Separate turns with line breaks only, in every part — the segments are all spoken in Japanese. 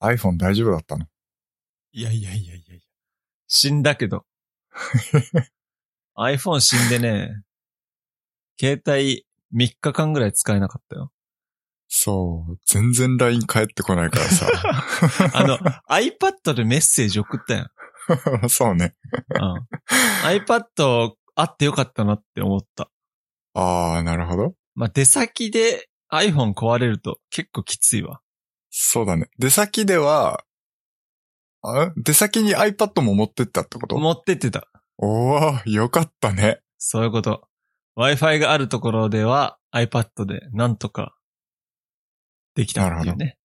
iPhone 大丈夫だったの
いやいやいやいやいや。死んだけど。iPhone 死んでね、携帯3日間ぐらい使えなかったよ。
そう。全然 LINE 返ってこないから さ。
あの、iPad でメッセージ送ったやん。
そうね。
うん。iPad あってよかったなって思った。
ああ、なるほど。
まあ、出先で iPhone 壊れると結構きついわ。
そうだね。出先では、あ出先に iPad も持ってったってこと
持ってってた。
おー、よかったね。
そういうこと。Wi-Fi があるところでは iPad でなんとかできたっていうね。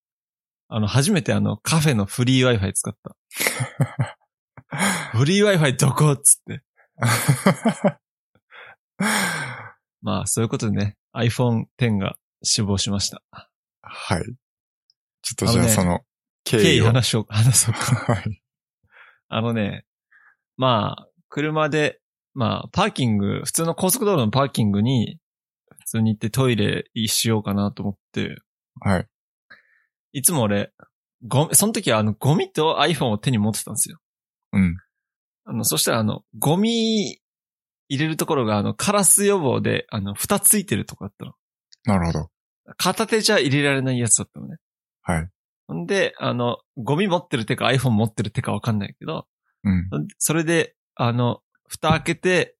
あの、初めてあの、カフェのフリー Wi-Fi 使った。フリー Wi-Fi どこっつって。まあ、そういうことでね、iPhone X が死亡しました。
はい。ちょっとじゃ
あの
あ
ね
その経
経
緯
緯
を。
話を、話そう か。
はい。
あのね、まあ、車で、まあ、パーキング、普通の高速道路のパーキングに、普通に行ってトイレしようかなと思って、
はい。
いつも俺、ゴミ、その時はあの、ゴミと iPhone を手に持ってたんですよ。
うん。
あの、そしたらあの、ゴミ入れるところがあの、カラス予防で、あの、蓋ついてるとこだったの。
なるほど。
片手じゃ入れられないやつだったのね。
はい。
ほんで、あの、ゴミ持ってる手か iPhone 持ってる手かわかんないけど、
うん。
それで、あの、蓋開けて、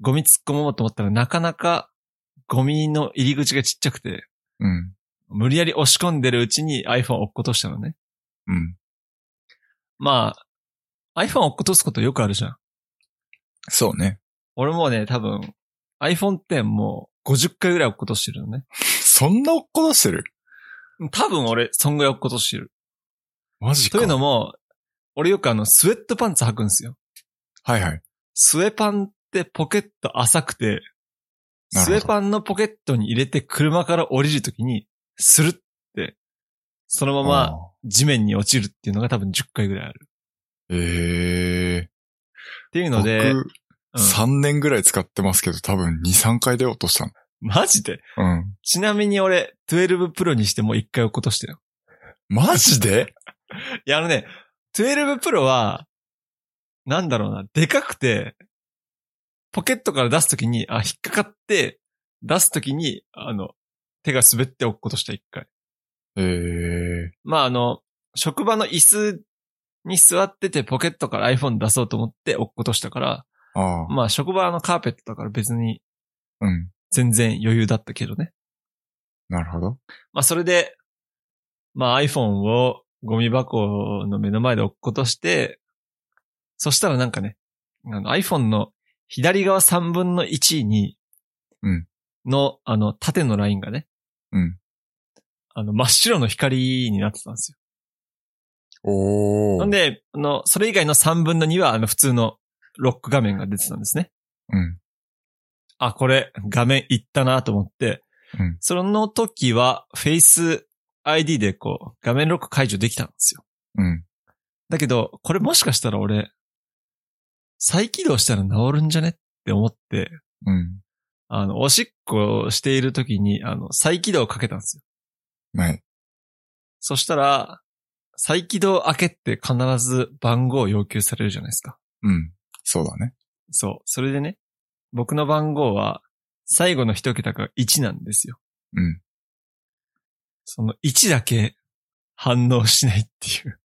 ゴミ突っ込もうと思ったらなかなか、ゴミの入り口がちっちゃくて、
うん。
無理やり押し込んでるうちに iPhone を落っことしたのね。
うん。
まあ、iPhone を落っことすことよくあるじゃん。
そうね。
俺もね、多分、iPhone X もう50回ぐらい落っことしてるのね。
そんな落っことしてる
多分俺、そんぐらい落っことしてる。
マジか。
というのも、俺よくあの、スウェットパンツ履くんですよ。
はいはい。
スウェパンってポケット浅くて、
なるほ
スウ
ど
ェパンのポケットに入れて車から降りるときに、スルって、そのまま
あ
地面に落ちるっていうのが多分10回ぐらいある。
ー。え
っていう
え
ので、
僕、
うん
3年ぐらい使ってますけど、多分2、3回で落としたの。
マジで
うん。
ちなみに俺、12プロにしてもう1回落っことしてる。
マジで
いや、あのね、12プロは、なんだろうな、でかくて、ポケットから出すときに、あ、引っかかって、出すときに、あの、手が滑って落っことした1回。
ええ
まああの、職場の椅子に座っててポケットから iPhone 出そうと思って落っことしたから、
ああ。
まあ職場のカーペットだから別に
うん。
全然余裕だったけどね。
なるほど。
まあそれで、まあ iPhone をゴミ箱の目の前で落っことして、そしたらなんかね、あの iPhone の左側3分の1に、
うん
の、あの、縦のラインがね、
うん。
あの、真っ白の光になってたんですよ
おー。
なんで、あの、それ以外の3分の2は、あの、普通のロック画面が出てたんですね。
うん。
あ、これ、画面いったなと思って、
うん
その時は、フェイス ID でこう、画面ロック解除できたんですよ。
うん。
だけど、これもしかしたら俺、再起動したら治るんじゃねって思って、
うん。
あの、おしっこをしている時に、あの、再起動をかけたんですよ。
ない。
そしたら、再起動開けって必ず番号を要求されるじゃないですか。
うん。そうだね。
そう。それでね、僕の番号は、最後の一桁が1なんですよ。
うん。
その1だけ反応しないって いう。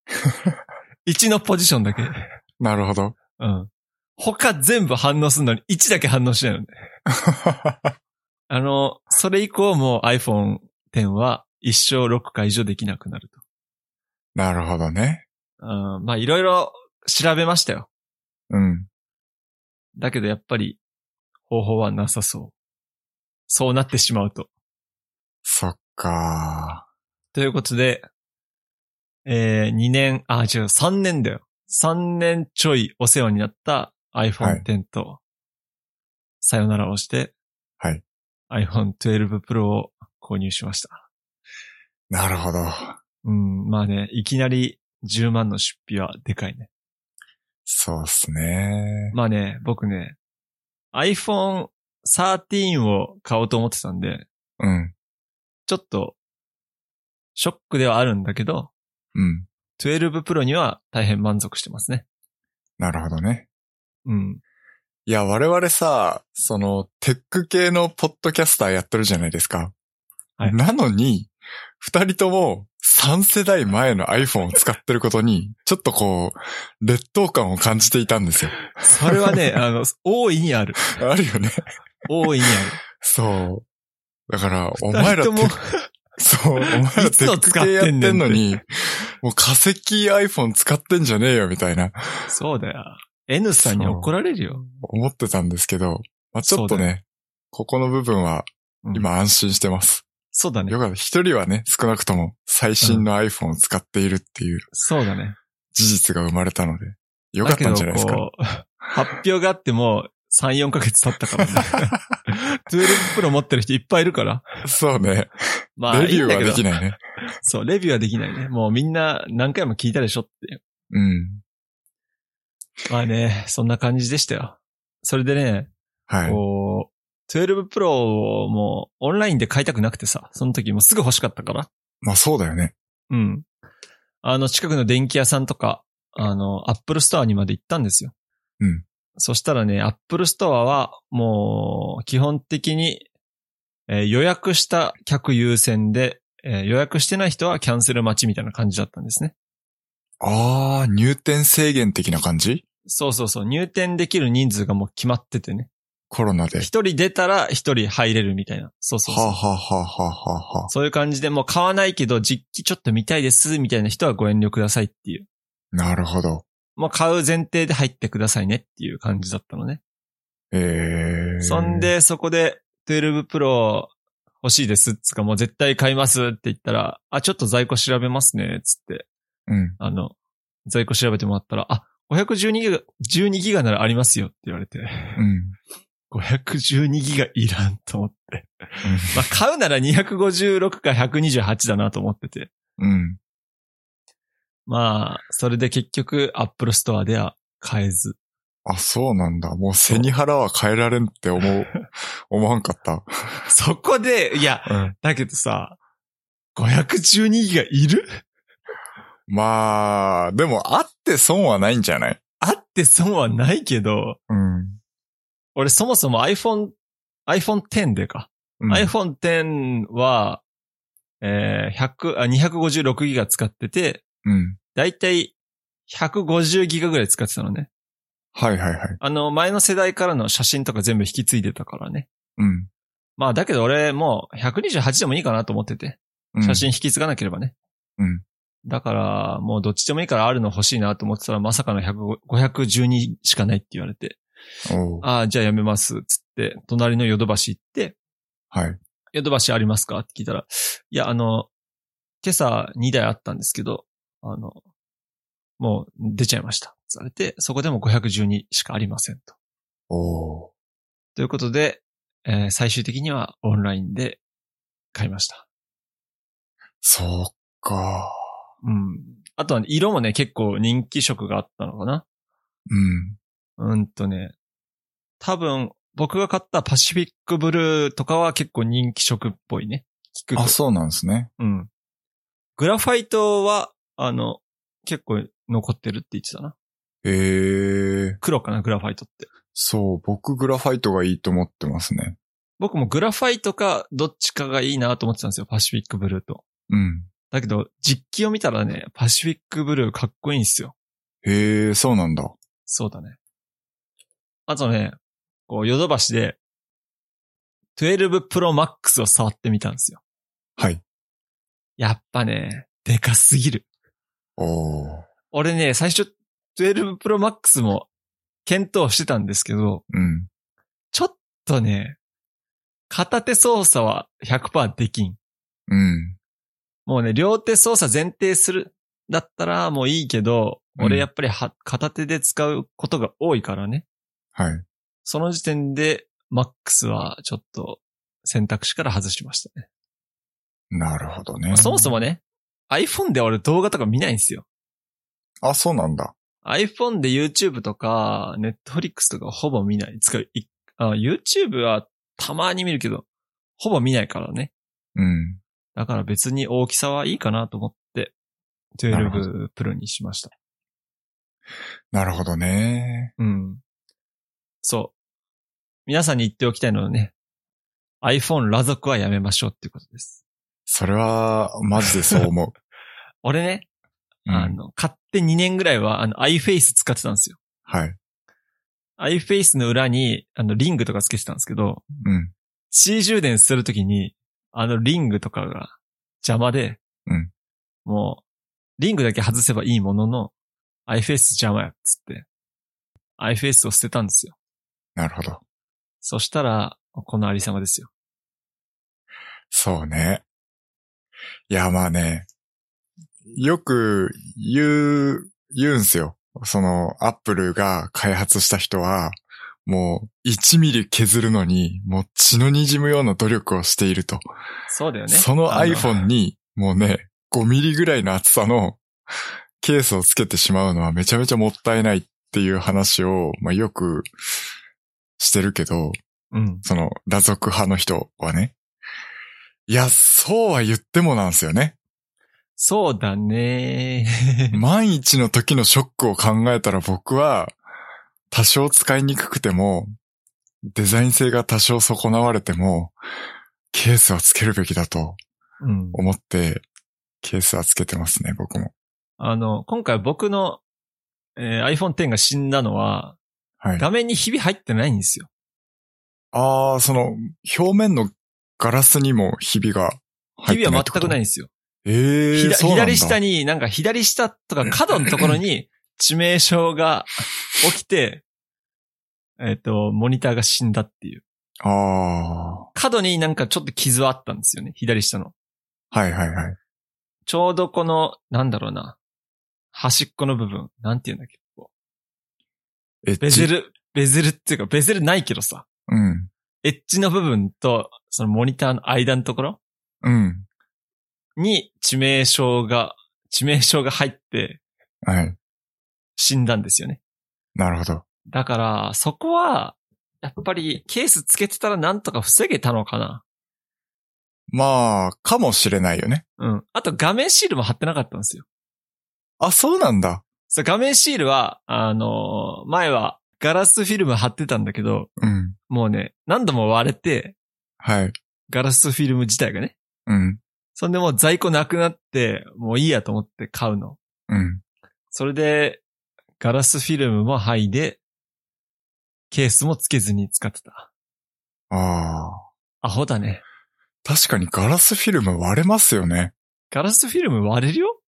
1のポジションだけ。
なるほど。
うん。他全部反応するのに1だけ反応しないのね。あの、それ以降もう iPhone X は一生ロック解除できなくなると。
なるほどね。
うん、まあいろいろ調べましたよ。
うん。
だけどやっぱり方法はなさそう。そうなってしまうと。
そっか
ということで、えー、2年、あ、違う、3年だよ。3年ちょいお世話になった iPhone X と、さよならをして、
はい。
iPhone 12 Pro を購入しました。
ー。なるほど。
うん、まあね、いきなり10万の出費はでかいね。
そうっすね。
まあね、僕ね、iPhone 13を買おうと思ってたんで、
うん。
ちょっと、ショックではあるんだけど、
うん。
12 Pro には大変満足してますね。
なるほどね。
うん。
いや、我々さ、その、テック系のポッドキャスターやってるじゃないですか。
はい
なのに、二人とも3世代前の iPhone を使ってることに、ちょっとこう、劣等感を感じていたんですよ。
それ はね、あの、大いにある。
あるよね。
大いにあ
そう。だから、
る。
お前らテ
二人とも
ッ ク、そう、お前らテ
いつ
ッ
を
ク
使っ
系や
てんねんって
ってんのに、もう化石 iPhone 使ってんじゃねえよみたいな、
そうだよ。N さんに怒られるよ。
思ってたんですけど、まあちょっと
そうだ
ね、ここの部分は
うん
今安心してます。
そうだね
よ。かった。一人はね、少なくとも最新の iPhone を使っているっていう
そうだね。
事実が生まれたので、よかったんじゃないです
だけ
か。
どこう発表があっても3、4ヶ月経ったか らね。12 Pro 持ってる人いっぱいいるから。
そうね。
まあ、
レビュー
い
はい
んだ
で
け
き
ど。
ないね。
そう、レビューはできないね。もうみんな何回も聞いたでしょっていう。
うん。
まあね、そんな感じでしたよ。それでね、
はい。
こう、12 Pro をもうオンラインで買いたくなくてさ、その時もうすぐ欲しかったから。
まあそうだよね。
うん。あの、近くの電気屋さんとか、あの、アップルストアにまで行ったんですよ。
うん。
そしたらね、アップルストアは、もう、基本的に、えー予約した客優先で、えー予約してない人はキャンセル待ちみたいな感じだったんですね。
あー、入店制限的な感じ
そうそうそう。入店できる人数がもう決まっててね。
コロナで。は
一人出たら一人入れるみたいな。そうそう
あ
そう。
はあはあはあはあはあ。
そういう感じでもう買わないけど実機ちょっと見たいですみたいな人はご遠慮くださいっていう。
なるほど。
もう買う前提で入ってくださいねっていう感じだったのね。
えー。
そん。で、そこで、12 Pro 欲しいですっつうか、もう絶対買いますって言ったら、あ、ちょっと在庫調べますね、っつって、
うん。
あの、在庫調べてもらったら、あ、512ギガ、12ギガならありますよって言われて、
うん。
512ギガいらんと思って。まあ、買うなら256か128だなと思ってて。
うん。
まあ、それで結局、Apple Store では買えず。
あ、そうなんだ。もう背に腹は変えられんって思 う、思わんかった。
そこで、いや、
うん。
だけどさ、512ギガいる
まあ、でもあって損はないんじゃない
あって損はないけど、
うん。
俺そもそも iPhone、iPhone X でか。
うん、
iPhone X は、えー、100あ、256ギガ使ってて、
うん。
だいたい150ギガぐらい使ってたのね。
はいはいはい。
あの、前の世代からの写真とか全部引き継いでたからね。
うん。
まあ、だけど俺もう128でもいいかなと思ってて。
うん
写真引き継がなければね。
うん
だから、もうどっちでもいいからあるの欲しいなと思ってたら、まさかの105 512しかないって言われて。
おう
ああ、じゃあやめます。つって、隣のヨドバシ行って、
はい。
ヨドバシありますかって聞いたら、いや、あの、今朝2台あったんですけど、あの、もう出ちゃいました。されて、そこでも512しかありませんと。
おう
ということで、えー最終的にはオンラインで買いました。
そっか。
うん。あとは、色もね、結構人気色があったのかな。
うん。
うんとね、多分、僕が買ったパシフィックブルーとかは結構人気色っぽいね。聞くと
あ、そうなんですね。
うん。グラファイトは、あの、結構残ってるって言ってたな。
ええー。
黒かな、グラファイトって。
そう、僕グラファイトがいいと思ってますね。
僕もグラファイトか、どっちかがいいなと思ってたんですよ、パシフィックブルーと。
うん。
だけど、実機を見たらね、パシフィックブルーかっこいいんですよ。
へえ、そうなんだ。
そうだね。あとね、こう、ヨドバシで、12 Pro Max を触ってみたんですよ。
はい。
やっぱね、でかすぎる。
おー
俺ね、最初、12 Pro Max も検討してたんですけど、
うん。
ちょっとね、片手操作は100%できん。
うん。
もうね、両手操作前提する、だったらもういいけ
う
ど、
ん
俺やっぱりは、片手で使うことが多いからね。
はい。
その時点で、マックスはちょっと選択肢から外しましたね。
なるほどね。
そもそ
も。
もね、iPhone で俺動画とか見ないんですよ。
あ、そうなんだ。
iPhone で YouTube とか、Netflix とかほぼ見ない。使う、いあ YouTube はたまに見るけど、ほぼ見ないからね。
うん。
だから別に大きさはいいかなと思って、
なるほ
12 Pro にしました。
なるほどね。
うん。そう。皆さんに言っておきたいのはね、iPhone 裸族はやめましょうっていうことです。
それは、マジでそう思
俺ね、
う。う
あ
ん、
の、買って2年ぐらいは、あの、iFace 使ってたんですよ。
はい。
iFace の裏に、あの、リングとかつけてたんですけど、
うん。
C 充電するときに、あの、リングとかが邪魔で、
うん
もう、リングだけ外せばいいものの、iFace 邪魔や、つって、iFace を捨てたんですよ。
なるほど。
そしたら、このありさまですよ。
そうね。いや、まあね。よく言う、言うんすよ。その、アップルが開発した人は、もう1ミリ削るのに、もう血の滲むような努力をしていると。
そうだよね。
その
あ
iPhone に、もうね、5ミリぐらいの厚さのケースをつけてしまうのはめちゃめちゃもったいないっていう話を、まあ、よくしてるけど、
うん。
その、裸族派の人はね。いや、そうは言ってもなんですよね。
そう だね。
万一の時のショックを考えたら僕は、多少使いにくくても、デザイン性が多少損なわれても、ケースはつけるべきだと
うん。
思って、ケースはつけてますね、僕も。
あの、今回僕の、えー iPhone X が死んだのは、
はい。
画面にひび入ってないんですよ。
ああ、その、表面のガラスにもひびが
ひ
入っ
び
て
は
ない
全
ってこと。
くないん
い。
ですよ。
ええ
ひ
ー、
だ
そうなんだ
左下に、なんか左下とか角のところに致命傷が起きて、 えっ、と、モニターが死んだっていう。
あ
角になんかちょっと傷はあったんですよね、左下の。
あ、はいはいはい。
ちょうどこの、なんだろうな、端っこの部分、なんて言うんだっけ、こ
エッ
うベゼル、ベゼルっていうか、ベゼルないけどさ、
うん。
エッジの部分と、そのモニターの間のところ
うん。
に致命傷が、致命傷が入って
はい。
死んだんですよね。
なるほど。
だから、そこは、やっぱりケースつけてたらなんとか防げたのかな。
まあ、かもしれないよね。
うん。あと画面シールも貼ってなかったんですよ。
あ、そうなんだ。
そう、画面シールは、あのー前はガラスフィルム貼ってたんだけど、
うん。
もうね、何度も割れて、
はい。
ガラスフィルム自体がね。
うん。
そんでもう在庫なくなって、もういいやと思って買うの。
うん。
それで、ガラスフィルムも剥いで、ケースもつけずに使ってた。
ああ。
アホだね。
確かにガラスフィルム割れますよね。
ガラスフィルム割れるよ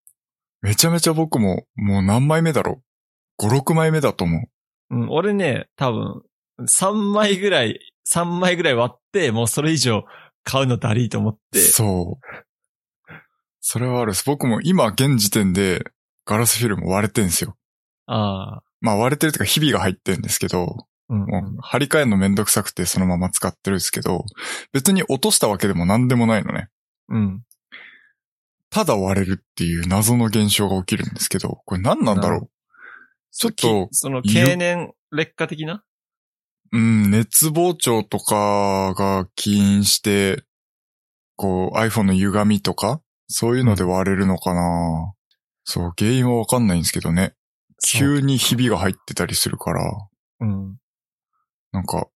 めちゃめちゃ僕も、もう何枚目だろう。5、6枚目だと思う。
うん、俺ね、多分、3枚ぐらい、3枚ぐらい割って、もうそれ以上買うのだりーと思って、
そう。それはあるです。僕も今現時点でガラスフィルム割れてんですよ。
ああ、
まあ割れてるというかひびが入ってんですけど、
うん、
もう張り替えるのめんどくさくてそのまま使ってるんですけど、別に落としたわけでも何でもないのね。
うん。
ただ割れるっていう謎の現象が起きるんですけど、これ何なんだろ
ち
ょっと
その、経年劣化的な
ううん、熱膨張とかが起因して、こう iPhone の歪みとか、そういうので割れるのかな、そう、原因はわかんないんですけどね。
そ
急
う
にひびが入ってたりするから、
うん。
なんか、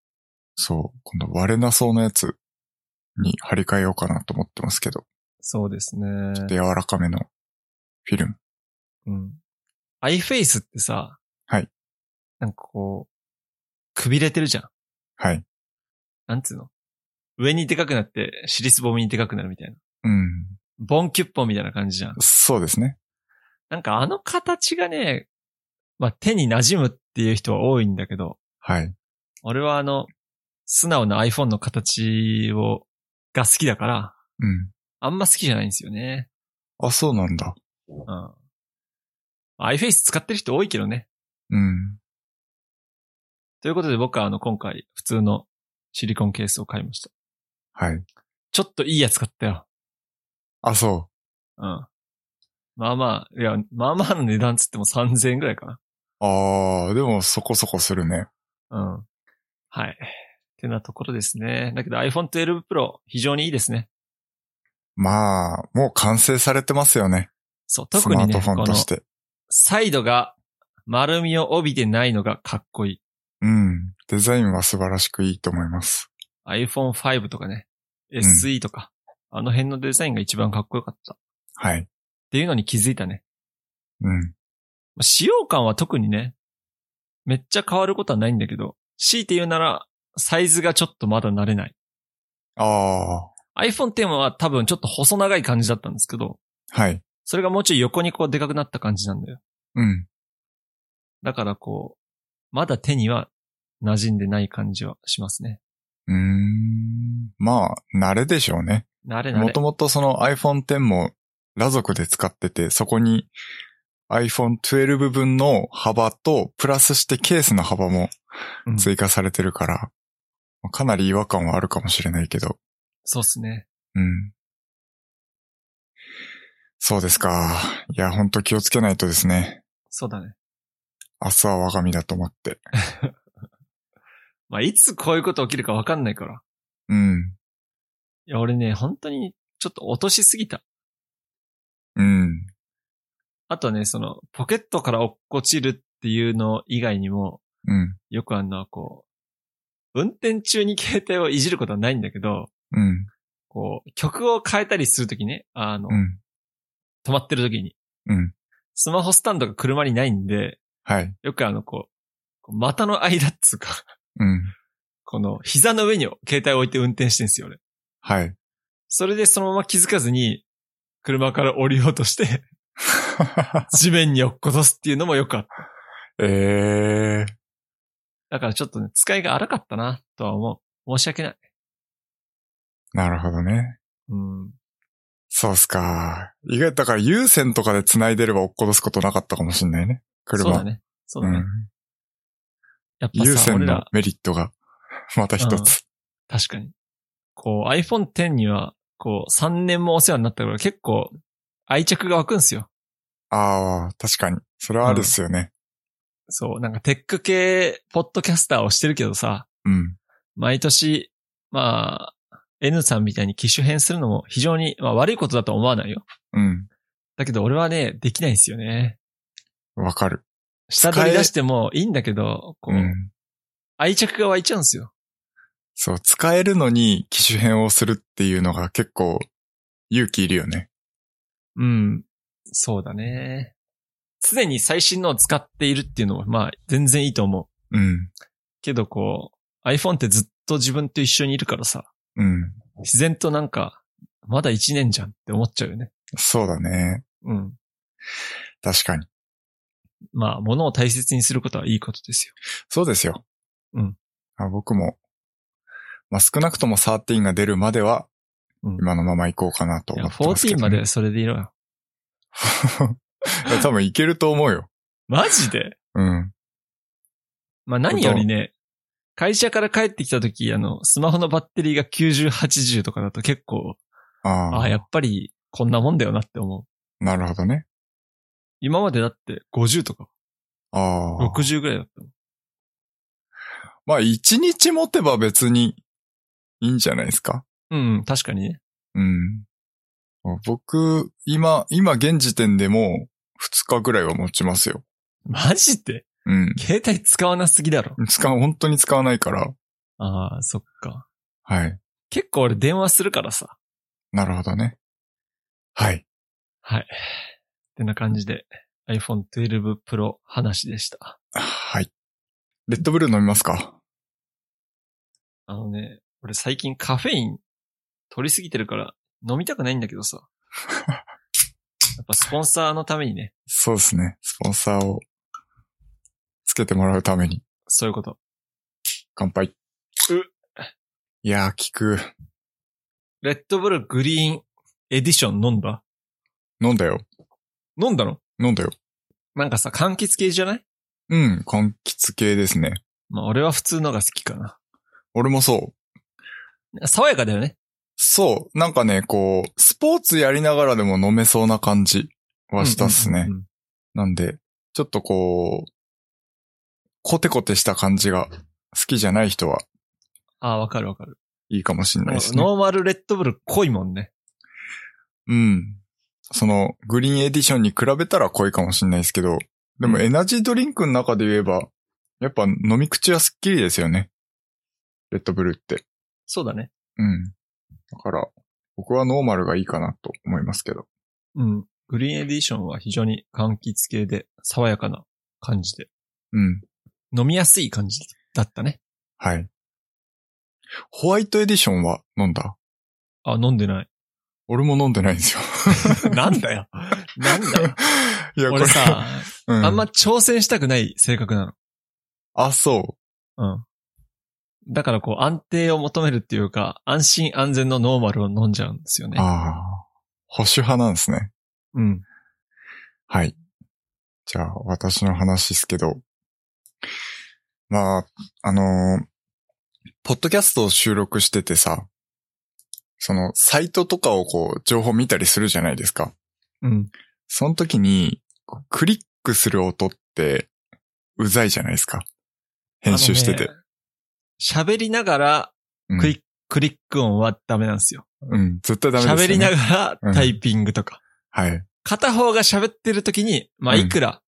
そう、今度割れなそうなやつに張り替えようかなと思ってますけど、
そうですね。
で柔らかめのフィルム。
うん。iFace ってさ、
はい。
なんかこう、くびれてるじゃん。
はい。
なんつうの上にでかくなって、尻すぼみにでかくなるみたいな。
うん。
ボンキュッポンみたいな感じじゃん。
そうですね。
なんかあの形がね、まあ、手に馴染むっていう人は多いんだけど、
はい。
俺はあの、素直な iPhone の形を、が好きだから、
うん。
あんま好きじゃないんですよね。
あ、そうなんだ。
うん。iFace 使ってる人多いけどね。
うん。
ということで僕はあの、今回、普通のシリコンケースを買いました。
はい。
ちょっといいやつ買ったよ。
あ、そ
うん。まあまあ、いや、まあまあの値段つっても3000円ぐらいかな。
う。あー、でもそこそこするね。
うん。はい。ってなところですね。だけど iPhone 12 Pro 非常にいいですね。
まあ、もう完成されてますよね。
そう、
ス
特
マー
に
ト
ね、
フォ
こ
ンと
の
して。
サイドが丸みを帯びてないのがかっこいい。
うん。デザインは素晴らしくいいと思います。
iPhone5 とかね、
ん
SE とか、あの辺のデザインが一番かっこよかった。っ
はい。
ていうのに気づいたね。
うん。
まあ使用感は特にね、めっちゃ変わることはないんだけど、強いて言うなら、サイズがちょっとまだ慣れない。
あ
iPhone X は多分ちょっと細長い感じだったんですけど、
あ。はい。
それがもうちょい横にこうでかくなった感じなんだよ。
うん。
だからこう、まだ手には馴染んでない感じはしますね。
うーん。まあ、慣れでしょうね。
慣れ慣
も
れ
と。もとその iPhone X もラ族で使ってて、そこに iPhone 12分の幅と、プラスしてケースの幅も
うん
追加されてるから、かなり違和感はあるかもしれないけど、
そうっすね。
うん。そうですか。いや、ほんと気をつけないとですね。
そうだね。
明日は我が身だと思って。
まあ、いつこういうこと起きるかわかんないから。
うん。
いや、俺ね、本当にちょっと落としすぎた。
うん。
あとはね、その、ポケットから落っこちるっていうの以外にも、
うん。
よくあんのはこう、運転中に携帯をいじることはないんだけど、
うん。
こう、曲を変えたりするときね、あの、
うん。
止まってるときに、
うん。
スマホスタンドが車にないんで、
はい。
よくあの、こう、こう股の間っつうか、
うん。
この膝の上に携帯を置いて運転してんすよ、俺。
はい。
それでそのまま気づかずに、車から降りようとして、地面に落っことすっていうのもよくあった。
ええー。
だからちょっとね、使いが荒かったな、とは思う。申し訳ない。
なるほどね。
うん。
そうっすか。意外、だから有線とかで繋いでれば落っことすことなかったかもしんないね。車。
そうだね。そうだ
う
ね。
ん。
やっぱ
有
さ、
線
俺
の
ら、
メリットが、 また一つ。
確かに。こう、iPhone X には、こう、3年もお世話になったから結構、愛着が湧くんすよ。
ああ、確かに。それはあるっすよね。
そう、なんかテック系、ポッドキャスターをしてるけどさ、
うん。
毎年、まあ、N さんみたいに機種変するのも非常に、まあ悪いことだとは思わないよ。
うん。
だけど俺はね、できないんですよね。
わかる。
下取り出してもいいんだけど、こ
う
う、
ん。
愛着が湧いちゃうんですよ。
そう、使えるのに機種変をするっていうのが結構勇気いるよね。
うん。そうだね。常に最新のを使っているっていうのは、まあ、全然いいと思う。
うん。
けどこう、iPhone ってずっと自分と一緒にいるからさ、
うん。
自然となんか、まだ1年じゃんって思っちゃうよね。
そうだね。
うん。
確かに。
まあ、物を大切にすることはいいことですよ。
そうですよ。
うん
あ。僕も、まあ、少なくとも13が出るまでは、
うん
今のまま行こうかなと
い
思
や、
ってますけど、
14
ね。
までそれでいろよ。
い や多分いけると思うよ。
マジで
うん。
まあ何よりね、会社から帰ってきた時、あの、スマホのバッテリーが90、80とかだと結構、あ
あ
あ、
あ、
やっぱりこんなもんだよなって思う。
なるほどね。
今までだって50とか
ああ。
60ぐらいだったもん。
まあ、一日持てば別にいいんじゃないですか。
うん、確かにね。
うん。僕、今、今現時点でもう2日ぐらいは持ちますよ。
マジで
うん。
携帯使わなすぎだろ。
使う、本当に使わないから。
ああ、そっか。
はい。
結構俺電話するからさ。
なるほどね。はい。
はい。ってな感じで iPhone 12 Pro 話でした。
はい。レッドブルー飲みますか
あのね、俺最近カフェイン取りすぎてるから飲みたくないんだけ どさ。やっぱスポンサーのためにね、
そうですね。スポンサーをつけてもらうために
そういうこと。
乾杯。
う
いやー、聞く。
レッドブルグリーンエディション飲んだ
飲んだよ。
飲んだの
飲んだよ。
なんかさ、柑橘系じゃない
うん、柑橘系ですね。
まあ俺は普通のが好きかな。
俺もそう。
爽やかだよね。
そう。なんかね、こう、スポーツやりながらでも飲めそうな感じはしたっすね。
うんうんうん
なんで、ちょっとこう、コテコテした感じが好きじゃない人は
ああ、わかるわかる。
いいかもしんないですね。
ノーマルレッドブル濃いもんね。
うん。その、グリーンエディションに比べたら濃いかもしれないですけど、でもエナジードリンクの中で言えば、やっぱ飲み口はスッキリですよね。レッドブルって。
そうだね。
うん。だから、僕はノーマルがいいかなと思いますけど。
うん。グリーンエディションは非常に柑橘系で爽やかな感じで。
うん。
飲みやすい感じだったね。
はい。ホワイトエディションは飲んだ
あ、飲んでない。
俺も飲んでないんですよ。
なんだよ。なん だよ。
いや、これ
俺、さ、
う
あんま、挑戦したくない性格な
あ、そ
の。うん。だからこう安定を求めるっていうか、安心安全のノーマルを飲んじゃうんですよ
う。
ね。
ああ、保守派なんですね。
うん。
はい。じゃあ、私の話ですけど。まあ、あのーポッドキャストを収録しててさ、その、サイトとかをこう、情報見たりするじゃないですか。
うん。
その時に、こうクリックする音って、うざいじゃないですか。編集してて。
あのね。喋りながら、
うん
クリック、クリック音はダメなんですよ。
うん、絶対ダメですよ、ね。
喋りなが
うん
らタイピングとか。
はい。
片方が喋ってる時に、まあ
うん
いくら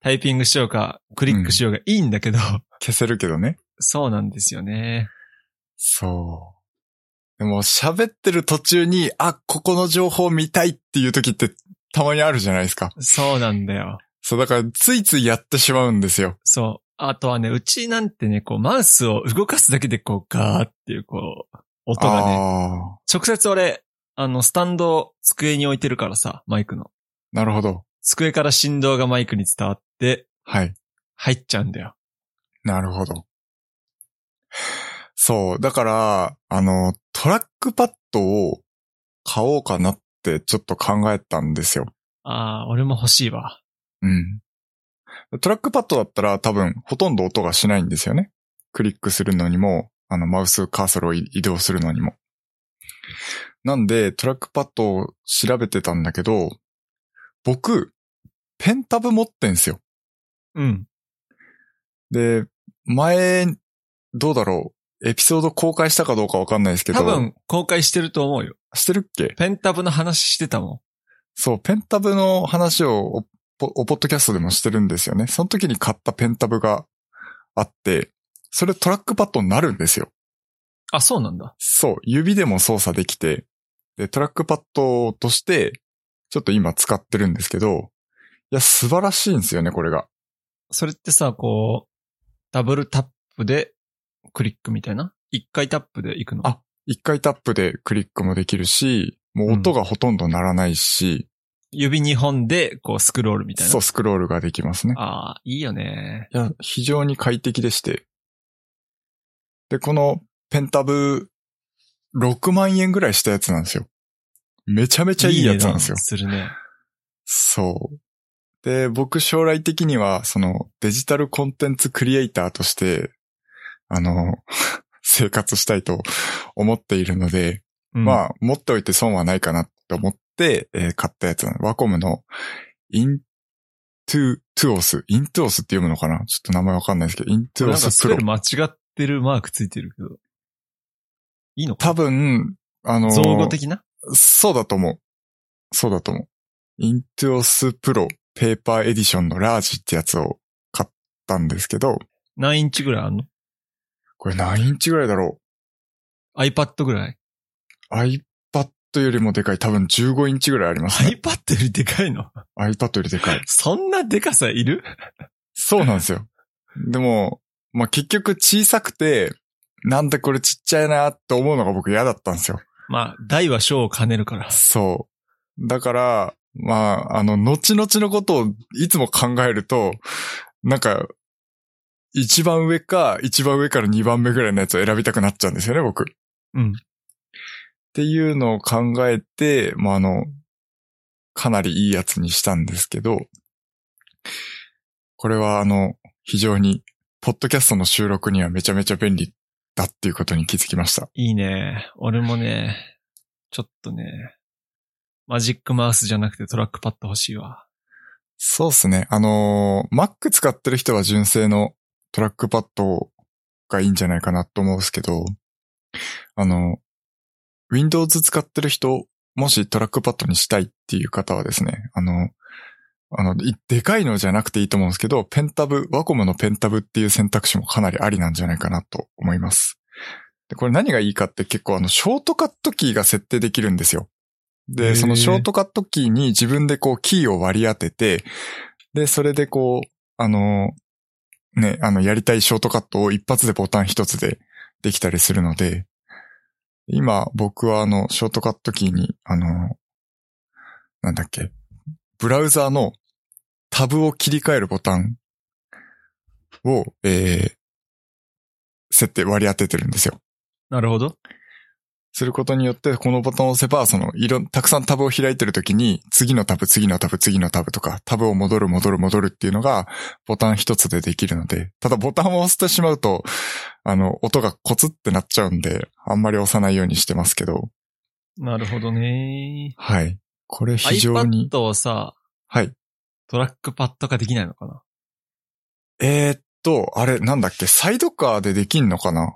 タイピングしようか、クリックしようがいいんだけど、
消せるけどね。
そうなんですよね。
そう。でも喋ってる途中に、あ、ここの情報見たいっていう時ってたまにあるじゃないですか。
そうなんだよ。
そう、だからついついやってしまうんですよ。
そう。あとはね、うちなんてね、こう、マウスを動かすだけで、こう、ガーっていう、こう、音がね、
ああ、
直接俺、あの、スタンドを机に置いてるからさ、マイクの。
なるほど。
机から振動がマイクに伝わって、
はい。
入っちゃうんだよ。
なるほど。そう、だから、あの、トラックパッドを買おうかなってちょっと考えたんですよ。
ああ、俺も欲しいわ。
うん。トラックパッドだったら多分ほとんど音がしないんですよね。クリックするのにも、あのマウスカーソルを移動するのにも。なんでトラックパッドを調べてたんだけど、僕、ペンタブ持ってんすよ。
うん。
で、前、どうだろう。エピソード公開したかどうかわかんないですけど。
多分、公開してると思うよ。
してるっけ
ペンタブの話してたも
そう、ペンタブの話をおポおポッドキャストでもしてるんですよね。その時に買ったペンタブがあって、それトラックパッドになるんですよ。
ん。あ、そうなんだ。
そう、指でも操作できて、で、トラックパッドとして、ちょっと今使ってるんですけど、いや、素晴らしいんですよね、これが。
それってさ、こう、ダブルタップでクリックみたいな一回タップで行くの。
あ一回タップでクリックもできるし、もう音がほとんど鳴らないし、
指2本で、こう、スクロールみたいな。
そう、スクロールができますね。
ああ、いいよね。
いや、非常に快適でして。で、このペンタブ、6万円ぐらいしたやつなんですよ。めちゃめちゃいいやつなんですよ。
するね。
そう。で、僕将来的には、その、デジタルコンテンツクリエイターとして、あの、 生活したいと思っているので、
あ、
まあ、持っておいて損はないかなって思って、えー買ったやつなの。ワコムの、イン、トゥ、トゥオス、イントゥオスって読むのかなちょっと名前わかんないですけど、イントゥ
な
オ
んか
ス
ス
プ
ペ
ロ
ル。間違ってるマークついてるけど。いいのか
多分、あのー
造語的な
そうだと思う。そうだと思う。イントゥオスプロペーパーエディションのラージってやつを買ったんですけど、
何インチぐらいあんの
これ何インチぐらいだろ
?iPad ぐらいう
?iPad よりもでかい。多分15インチぐらいありますね。
?iPad よりでかいの
iPad よりでかい。
そんなでかさいる
そうなんですよ。でも、まあ、結局小さくて、なんでこれちっちゃいなって思うのが僕嫌だったんですよ。
まあ、大は小を兼ねるから。
そう。だから、まあ、あの、後々のことをいつも考えると、なんか、一番上か、一番上から二番目ぐらいのやつを選びたくなっちゃうんですよね、僕。っ
うん。
ていうのを考えて、まあ、あの、かなりいいやつにしたんですけど、これはあの、非常に、ポッドキャストの収録にはめちゃめちゃ便利だっていうことに気づきました。
いいね。俺もね、ちょっとね、マジックマウスじゃなくてトラックパッド欲しいわ。
そうっすね。あのー Mac 使ってる人は純正のトラックパッドがいいんじゃないかなと思うんですけど、あの、Windows 使ってる人もしトラックパッドにしたいっていう方はですね、あの、あの、いでかいのじゃなくていいと思うんですけど、ペンタブ、ワコムのペンタブっていう選択肢もかなりありなんじゃないかなと思います。で、これ何がいいかって結構あの、ショートカットキーが設定できるんですよ。
へー
で、そのショートカットキーに自分でこう、キーを割り当てて、で、それでこう、あの、ね、あの、やりたいショートカットを一発でボタン一つでできたりするので、今僕はあの、ショートカットキーに、あの、なんだっけ、ブラウザーのタブを切り替えるボタンを、えー、設定割り当ててるんですよ。
なるほど。
することによって、このボタンを押せば、その、いろん、たくさんタブを開いてるときに、次のタブ、次のタブ、次のタブとか、タブを戻る、戻る、戻るっていうのが、ボタン一つでできるので、ただボタンを押してしまうと、あの、音がコツってなっちゃうんで、あんまり押さないようにしてますけど、
なるほどね。
はい。これ非常に、
iPad をさ、
はい。
トラックパッド化できないのかな
えーっと、あれ、なんだっけ、サイドカーでできんのかな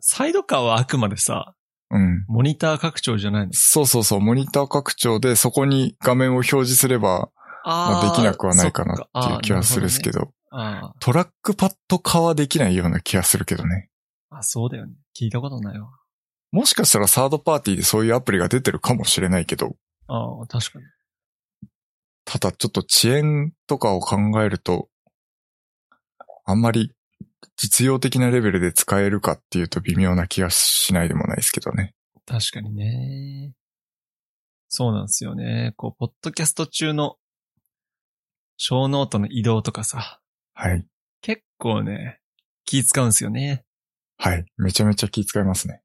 サイドカーはあくまでさ、
うん。
モニター拡張じゃないの
そうそうそう、モニター拡張でそこに画面を表示すれば、まあできなくはないかなっていう気はするんですけ
ど。
ど、
あ
トラックパッド化はできないような気がするけどね。
ーあ、そうだよね。聞いたことないわ。
もしかしたらサードパーティーでそういうアプリが出てるかもしれないけど、
ああ、確かに。
ただちょっと遅延とかを考えると、あんまり実用的なレベルで使えるかっていうと微妙な気がしないでもないですけどね。
確かにね。そうなんですよね。こう、ポッドキャスト中の、小ノートの移動とかさ、
はい。
結構ね、気使うんですよね。
はい。めちゃめちゃ気使いますね。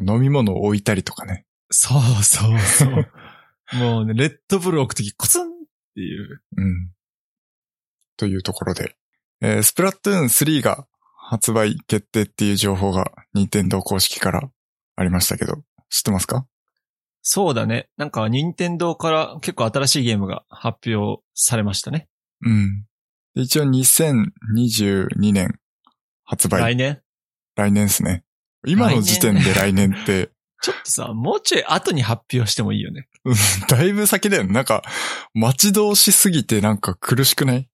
飲み物を置いたりとかね。
そうそうそう。 もうね、レッドブル置くときコツンっていう。
うん。というところで。えースプラトゥーン3が発売決定っていう情報が任天堂公式からありましたけど、知ってますか
そうだね。なんか、任天堂から結構新しいゲームが発表されましたね。
うん。で一応2022年発売。
来年
来年ですね。今の時点で来年って、
ちょっとさ、もうちょい後に発表してもいいよね。
うんだいぶ先だよね。なんか、待ち遠しすぎてなんか苦しくない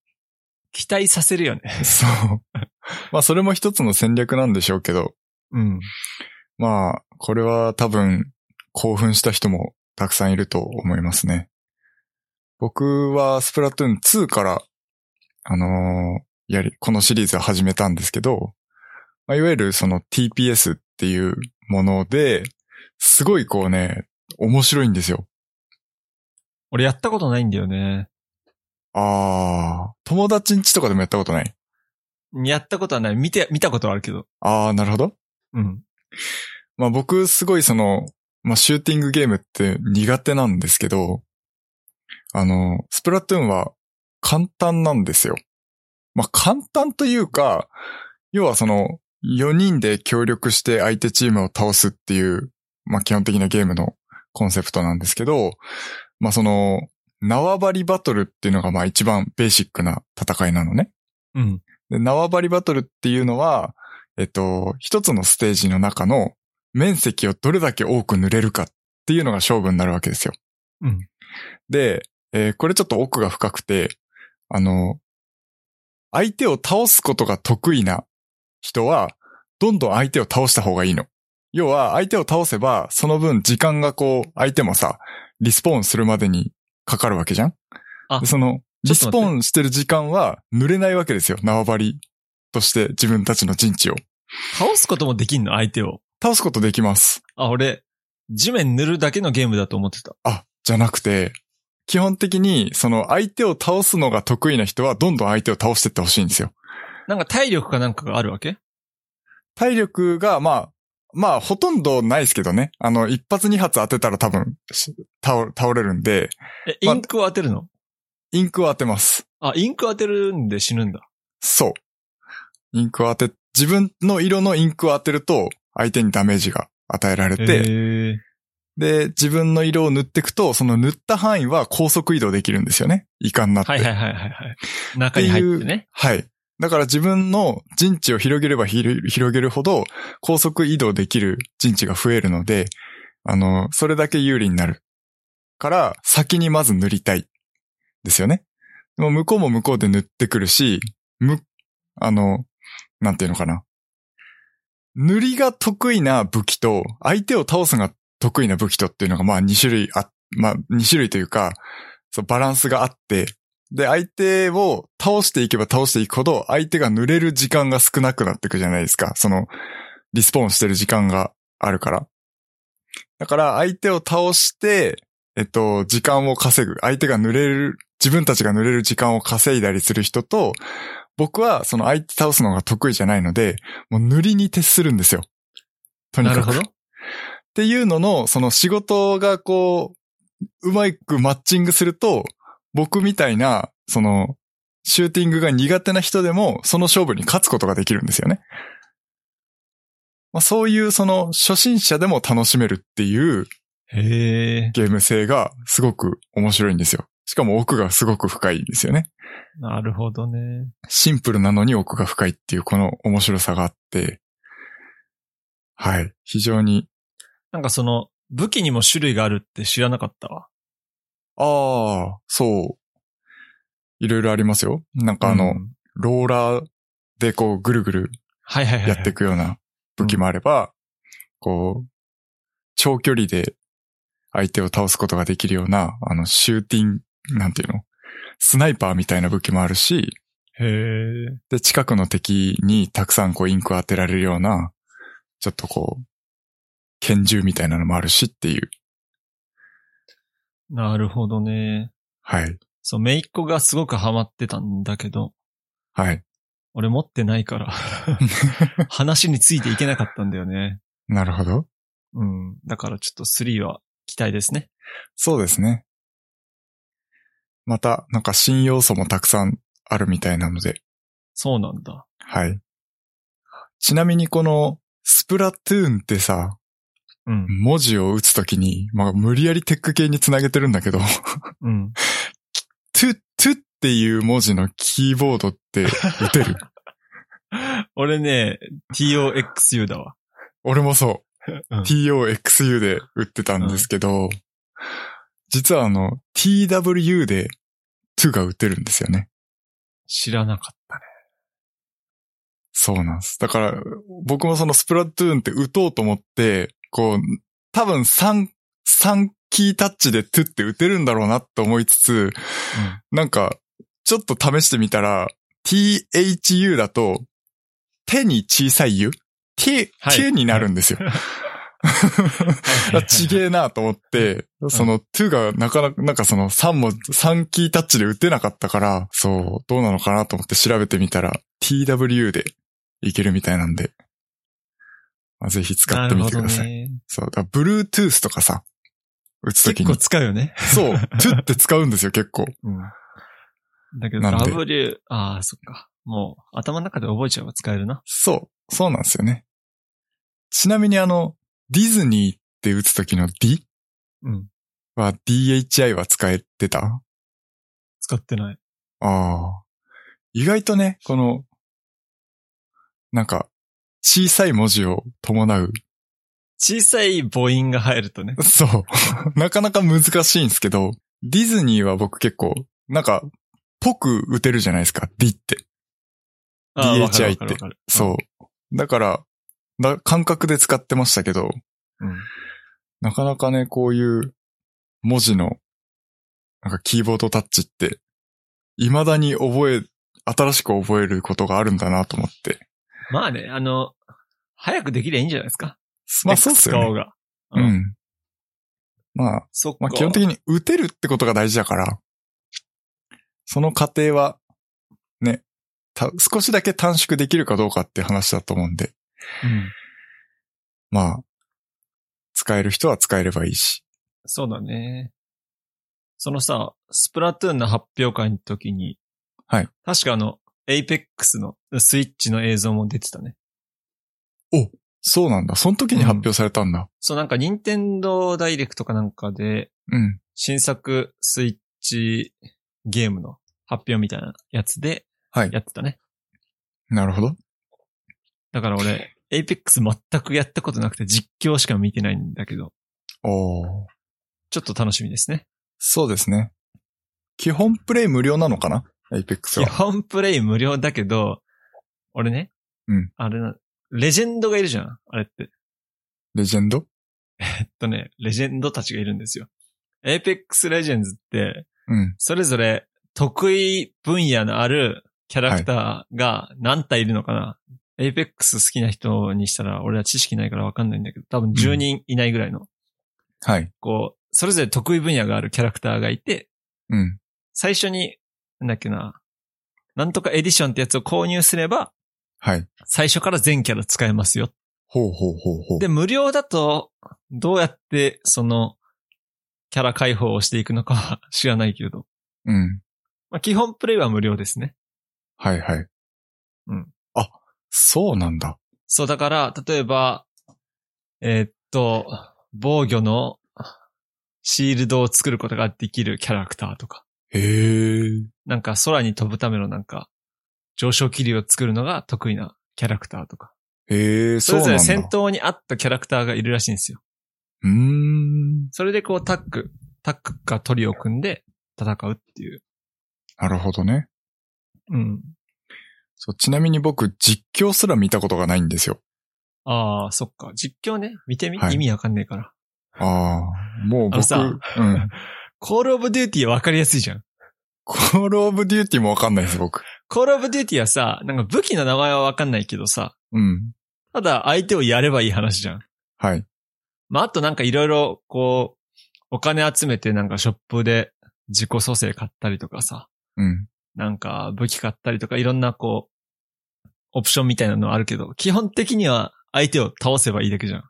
期待させるよね。
そう。 まあそれも一つの戦略なんでしょうけど、
うん。
まあ、これは多分、興奮した人もたくさんいると思いますね。僕はスプラトゥーン2から、あのーやり、このシリーズを始めたんですけど、まあ、いわゆるその TPS っていうもので、すごいこうね、面白いんですよ。
俺やったことないんだよね。
あー、友達ん家とかでもやったことない。
やったことはない。見て、見たことはあるけど。
あー、なるほど。
うん。
まあ僕すごいその、まあシューティングゲームって苦手なんですけど、あの、スプラトゥーンは簡単なんですよ。まあ簡単というか、要はその、4人で協力して相手チームを倒すっていう、まあ基本的なゲームのコンセプトなんですけど、まあその、縄張りバトルっていうのがまあ一番ベーシックな戦いなのね。
うん。
で、縄張りバトルっていうのは、えっと、一つのステージの中の面積をどれだけ多く塗れるかっていうのが勝負になるわけですよ。
うん。
で、えーこれちょっと奥が深くて、あの、相手を倒すことが得意な人は、どんどん相手を倒した方がいいの。要は、相手を倒せば、その分時間がこう、相手もさ、リスポーンするまでにかかるわけじゃん
あ
でその、
ち
リ
ょっと待っ
ス
て
ポーンしてる時間は塗れないわけですよ。縄張りとして自分たちの陣地を。
倒すこともできんの相手を。
倒すことできます。
あ、俺、地面塗るだけのゲームだと思ってた。
あ、じゃなくて、基本的に、その相手を倒すのが得意な人は、どんどん相手を倒していってほしいんですよ。
なんか体力かなんかがあるわけ
体力が、まあ、まあ、ほとんどないですけどね。あの、一発二発当てたら多分、し倒、倒れるんで、
え、イ
ま
ンクを当てるの、
インクを当てます。
あ、インク当てるんで死ぬんだ。
そう。インクを当て、自分の色のインクを当てると、相手にダメージが与えられて、
で、
で、自分の色を塗っていくと、その塗った範囲は高速移動できるんですよね。イカになって。
はいはいはいはいはい。中に入ってね。
はい。だから自分の陣地を広げればひろ広げるほど高速移動できる陣地が増えるので、あの、それだけ有利になる。から、先にまず塗りたい。ですよね。でも向こうも向こうで塗ってくるし、む、あの、なんていうのかな。塗りが得意な武器と、相手を倒すのが得意な武器とっていうのが、まあ2種類あ、まあ2種類というか、そうバランスがあって、で、相手を倒していけば倒していくほど、相手が濡れる時間が少なくなっていくじゃないですか。その、リスポーンしてる時間があるから。だから、相手を倒して、えっと、時間を稼ぐ。相手が濡れる、自分たちが濡れる時間を稼いだりする人と、僕はその相手倒すのが得意じゃないので、もう塗りに徹するんですよ。とにかく。
なるほど
っていうのの、その仕事がこう、うまくマッチングすると、僕みたいな、その、シューティングが苦手な人でも、その勝負に勝つことができるんですよね。まあ、そういう、その、初心者でも楽しめるっていう
へえ。
ゲーム性がすごく面白いんですよ。しかも奥がすごく深いんですよね。
なるほどね。
シンプルなのに奥が深いっていうこの面白さがあって、はい。非常に、
なんかその、武器にも種類があるって知らなかったわ。
ああ、そう。いろいろありますよ。なんかあの、
うん
ローラーでこうぐるぐる
はいはいはいはい。
やっていくような武器もあれば、こう、長距離で相手を倒すことができるような、あの、シューティング、なんていうのスナイパーみたいな武器もあるし、
へえ。
で、近くの敵にたくさんこうインクを当てられるような、ちょっとこう、拳銃みたいなのもあるしっていう。
なるほどね。
はい。
そう、めいっ子がすごくハマってたんだけど、
はい。
俺持ってない から、話についていけなかったんだよね。
なるほど。
うん。だからちょっと3は期待ですね。
そうですね。また、なんか新要素もたくさんあるみたいなので、
そうなんだ。
はい。ちなみにこの、スプラトゥーンってさ、
うん。
文字を打つときに、まあ無理やりテック系につなげてるんだけど、
うん。
トゥ、トゥっていう文字のキーボードって打て る
俺ね、TOXU だわ。
俺もそう。
うん
TOXU で打ってたんですけど、実はあの、TWU で2が打てるんですよね。
知らなかったね。
そうなんです。だから、僕もそのスプラトゥーンって打とうと思って、こう、多分3、3キータッチでトゥって打てるんだろうなと思いつつ、なんか、ちょっと試してみたら、THU だと、手に小さい U? T、
はい
Q になるん ですよ。 あ、ちげえなと思って、その2がなかなか、なんかその3も、3キータッチで打てなかったから、そう、どうなのかなと思って調べてみたら、TW でいけるみたいなんで、まあ、ぜひ使ってみてください。
い。
そう、だから Bluetooth とかさ、打つとき
結構
に。
使うよね。
そう、2って使うんですよ、結構。
うん。だけど
なんで
W、ああ、そっか。もう頭の中で覚えちゃえば使えるな。
そう、そうなんですよね。ちなみにあの、ディズニーって打つときの D
うん。
は DHI は使えてた
使ってない。
ああ。意外とね、この、なんか、小さい文字を伴う。
小さい母音が入るとね。
そう。 なかなか難しいんですけど、ディズニーは僕結構、なんか、ぽく打てるじゃないですか、D って。
ああ
DHI
わかるわかるわかる
そう。だから、だ感覚で使ってましたけど、
うん。うん
なかなかね、こういう文字の、なんかキーボードタッチって、未だに覚え、新しく覚えることがあるんだなと思って。
まあね、あの、早くできりゃいいんじゃないですか。
まあそうっすよね
使おうが。
う
うん
ん。まあ、
そっか。
まあ基本的
に。
に打てるってことが大事だから、その過程は、ね、た少しだけ短縮できるかどうかっていう話だと思うんで、
うん。
まあ、使える人は使えればいいし。
そうだね。そのさ、スプラトゥーンの発表会の時に、
はい。
確かあの、エイペックスのスイッチの映像も出てたね。
そうなんだ。その時に発表されたんだ。
そうなんか、任天堂ダイレクトかなんかで、
うん。
新作スイッチゲームの発表みたいなやつで、
はい
やってたね。
なるほど。
だから俺、エイペックス全くやったことなくて実況しか見てないんだけど、
おー
ちょっと楽しみですね。
そうですね。基本プレイ無料なのかな ?Apex
基
は。
本プレイ無料だけど、俺ね。
うん
あれな、レジェンドがいるじゃん。あれって。
レジェンド
えっとね、レジェンドたちがいるんですよ。エイペックスレジェンズって、
うん。
それぞれ得意分野のあるキャラクターが何体いるのかな、エイペックス好きな人にしたら、俺は知識ないからわかんないんだけど、多分10人いないぐらいの、
はい。
こう、それぞれ得意分野があるキャラクターがいて、
うん。
最初に、なんだっけな、なんとかエディションってやつを購入すれば、
はい。
最初から全キャラ使えますよ。
ほうほうほうほう。
で、無料だと、どうやって、その、キャラ解放をしていくのかは知らないけれど。
うん。
まあ、基本プレイは無料ですね。
はいはい。
うん。
あ、そうなんだ。
そう、だから、例えば、えーっと、防御のシールドを作ることができるキャラクターとか、
へえ。
なんか空に飛ぶためのなんか、上昇気流を作るのが得意なキャラクターとか、
へえ、
そ
そう
れ
な
ぞ
ん
れ
だ。
戦闘に合ったキャラクターがいるらしいんですよ。
うーん。
それでこうタッグ、タッグかトリを組んで戦うっていう。
なるほどね。
うん。
そう、ちなみに僕、実況すら見たことがないんですよ。
ああ、そっか。実況ね。見てみ、
はい
意味わかんねえから。
ああ、もう
あの
僕、
さ
うん。
コールオブデューティーわかりやすいじゃん。
コールオブデューティもわかんないです、僕。
コールオブデューティーはさ、なんか武器の名前はわかんないけどさ、
うん。
ただ相手をやればいい話じゃん。
はい。
まあ、あとなんかいろいろ、こう、お金集めてなんかショップで自己蘇生買ったりとかさ、
うん。
なんか武器買ったりとかいろんなこう、オプションみたいなのはあるけど、基本的には相手を倒せばいいだけじゃん。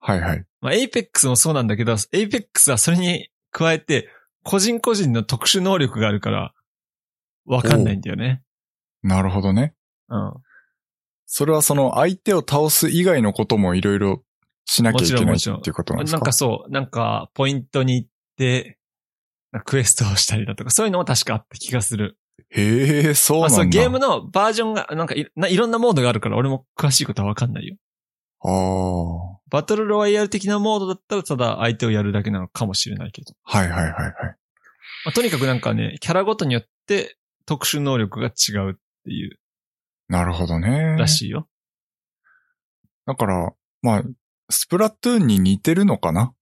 はいはい。
まあ、エイペックスもそうなんだけど、エイペックスはそれに加えて、個人個人の特殊能力があるから、わかんないんだよね。
なるほどね。
うん。
それはその相手を倒す以外のこともいろいろしなきゃいけない
も
っ
ち
て
ろんも
い
ちろん
うことなんです
な
か
んかそう、なんか、ポイントに行って、なんかクエストをしたりだとか、そういうのも確かあった気がする。
へえ、そう
ま
な
あ、
んだ。
そう、ゲームのバージョンが、なんかいないろんなモードがあるから、俺も詳しいことはわかんないよ。
ああ。
バトルロワイヤル的なモードだったら、ただ相手をやるだけなのかもしれないけど。
はいはいはいはい。
まあ、とにかくなんかね、キャラごとによって特殊能力が違うっていう
なるほどね。
らしいよ。
だから、まあ、スプラトゥーンに似てるのかな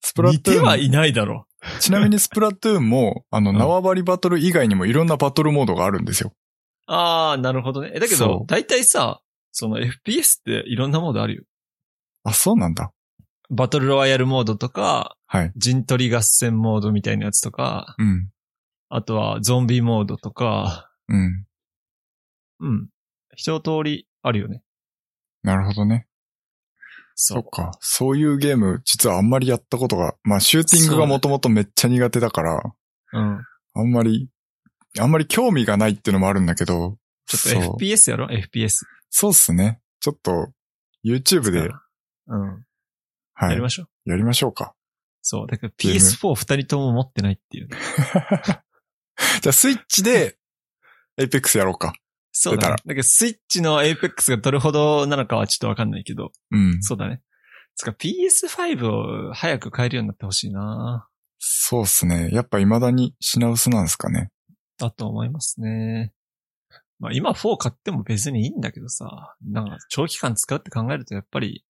スプラトゥーン。
似てはいないだろ
ちなみにスプラトゥーンも、あの、
うん
縄張りバトル以外にもいろんなバトルモードがあるんですよ。
う。ああ、なるほどね。えだけ
そ
ど
う、
大体さ、その FPS っていろんなモードあるよ。
あ、そうなんだ。
バトルロワイヤルモードとか、
はい。
陣取り合戦モードみたいなやつとか、
うん。
あとはゾンビモードとか、
うん。
うん。一通りあるよね。
なるほどね。
そ
そっ
う。
か。そういうゲーム、実はあんまりやったことが、まあ、シューティングがもともとめっちゃ苦手だから、
うん。
あんまり、あんまり興味がないっていうのもあるんだけど、
ち
そ
ょ
う
っと FPS やろ ?FPS。
そうっすね。ちょっと、YouTube で、
うん。
は
や
い
りま。しょう。
やりましょうか。
そう。だから
ゲーム
PS4 二人とも持ってないっていうね。
じゃあ、スイッチで、Apex やろうか。
そうだ、ね。だけどスイッチの Apex がどれほどなのかはちょっとわかんないけど。
うん。
そうだね。つか PS5 を早く買えるようになってほしいな
そうっすね。やっぱ未だに品薄なんですかね。
だと思いますね。まあ今4買っても別にいいんだけどさ、なんか長期間使うって考えるとやっぱり、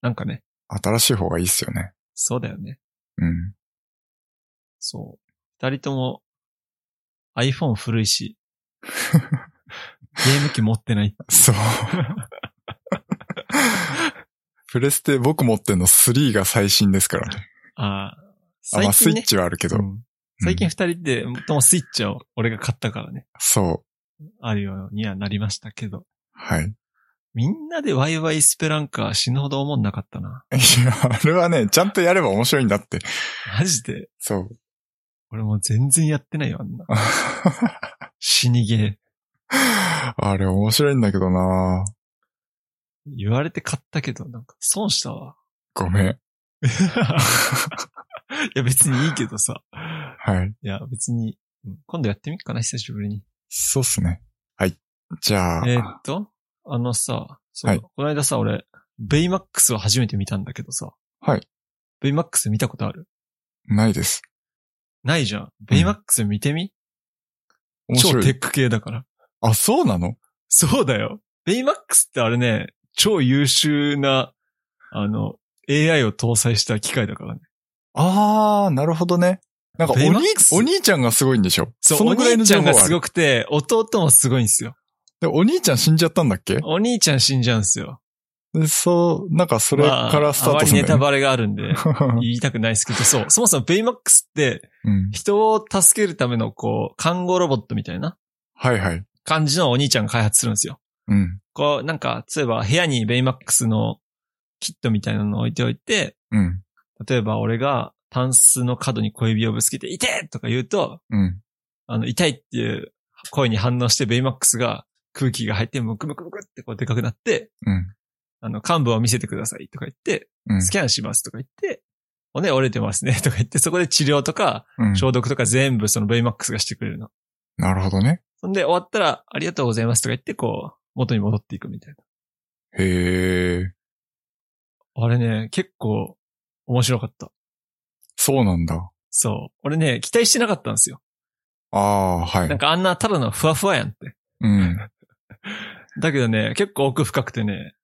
なんかね、
新しい方がいいっすよね。
そうだよね。
うん。
そう。二人とも iPhone 古 いし、ゲーム機持ってない。
そう。プレステ僕持ってんの3が最新ですからね。
ああ、
あ、ま
最
あス
近
イ
ね
ッ。チはあるけど。
うん最
う
近
ん
二人でともスイッチを俺が買ったからね、
そう。
あるようにはなりましたけど。
はい。
みんなでワイワイスペランカー死ぬほど思んなかったな。
いや、あれはね、ちゃんとやれば面白いんだって。
マジで。
そう。
俺もう全然やってないよ、あんな。死にゲー。
あれ面白いんだけどな
言われて買ったけど、なんか損した わ。
ごめん。
いや、別にいいけどさ。
はい。
いや、別に、うん今度やってみっかな、久しぶりに。
そうっすね。はい。じゃあ、
えーっと、あのさ、そう、
はい
この間さ、俺、ベイマックスを初めて見たんだけどさ。
はい。
VMAX 見たことある
ないです。
ないじゃん。VMAX 見てみ、
面
超
白
テ
い。
ック系だから。
あ、そうなの
そうだよ。VMAX ってあれね、超優秀な、あの、AI を搭載した機械だからね。
あー、なるほどね。なんかお兄
Baymax？
お兄ちゃんがすごいんでしょ
そう、お
のぐらいの
兄ちゃん
情
が
報はあ
す
る
ごくて、弟もすごいんですよ。
でお兄ちゃん死んじゃったんだっけ
お兄ちゃん死んじゃうんですよ。
でそう、なんかそれからスタートするんだ
まあ
よ
あま
ね、
りネタバレがあるんで、言いたくないですけど、そう。そもそもベイマックスって、
うん。
人を助けるための、こう、看護ロボットみたいな
はいはい。
感じのお兄ちゃんが開発するんですよ。
うん。
こう、なんか、例えば部屋にベイマックスのキットみたいなのを置いておいて、
うん。
例えば俺が、タンスの角に小指をぶつけて、痛えとか言うと、
うん。
あの、痛いっていう声に反応して、ベイマックスが空気が入って、ムクムクムクってこうでかくなって、
うん。
あの、幹部を見せてくださいとか言って、
うん。
スキャンしますとか言って、骨折れてますねと か言って、そこで治療とか、
うん
消毒とか全部その VMAX がしてくれるの。
なるほどね。
そんで終わったら、ありがとうございますとか言って、こう、元に戻っていくみたい
へえ、
な。あれね、結構面白かった。
そうなんだ。
そう。俺ね、期待してなかったんですよ。
ああ、は
なん
い。
かあんなただのふわふわやんって。
うん。
だけどね、結構奥深くてね、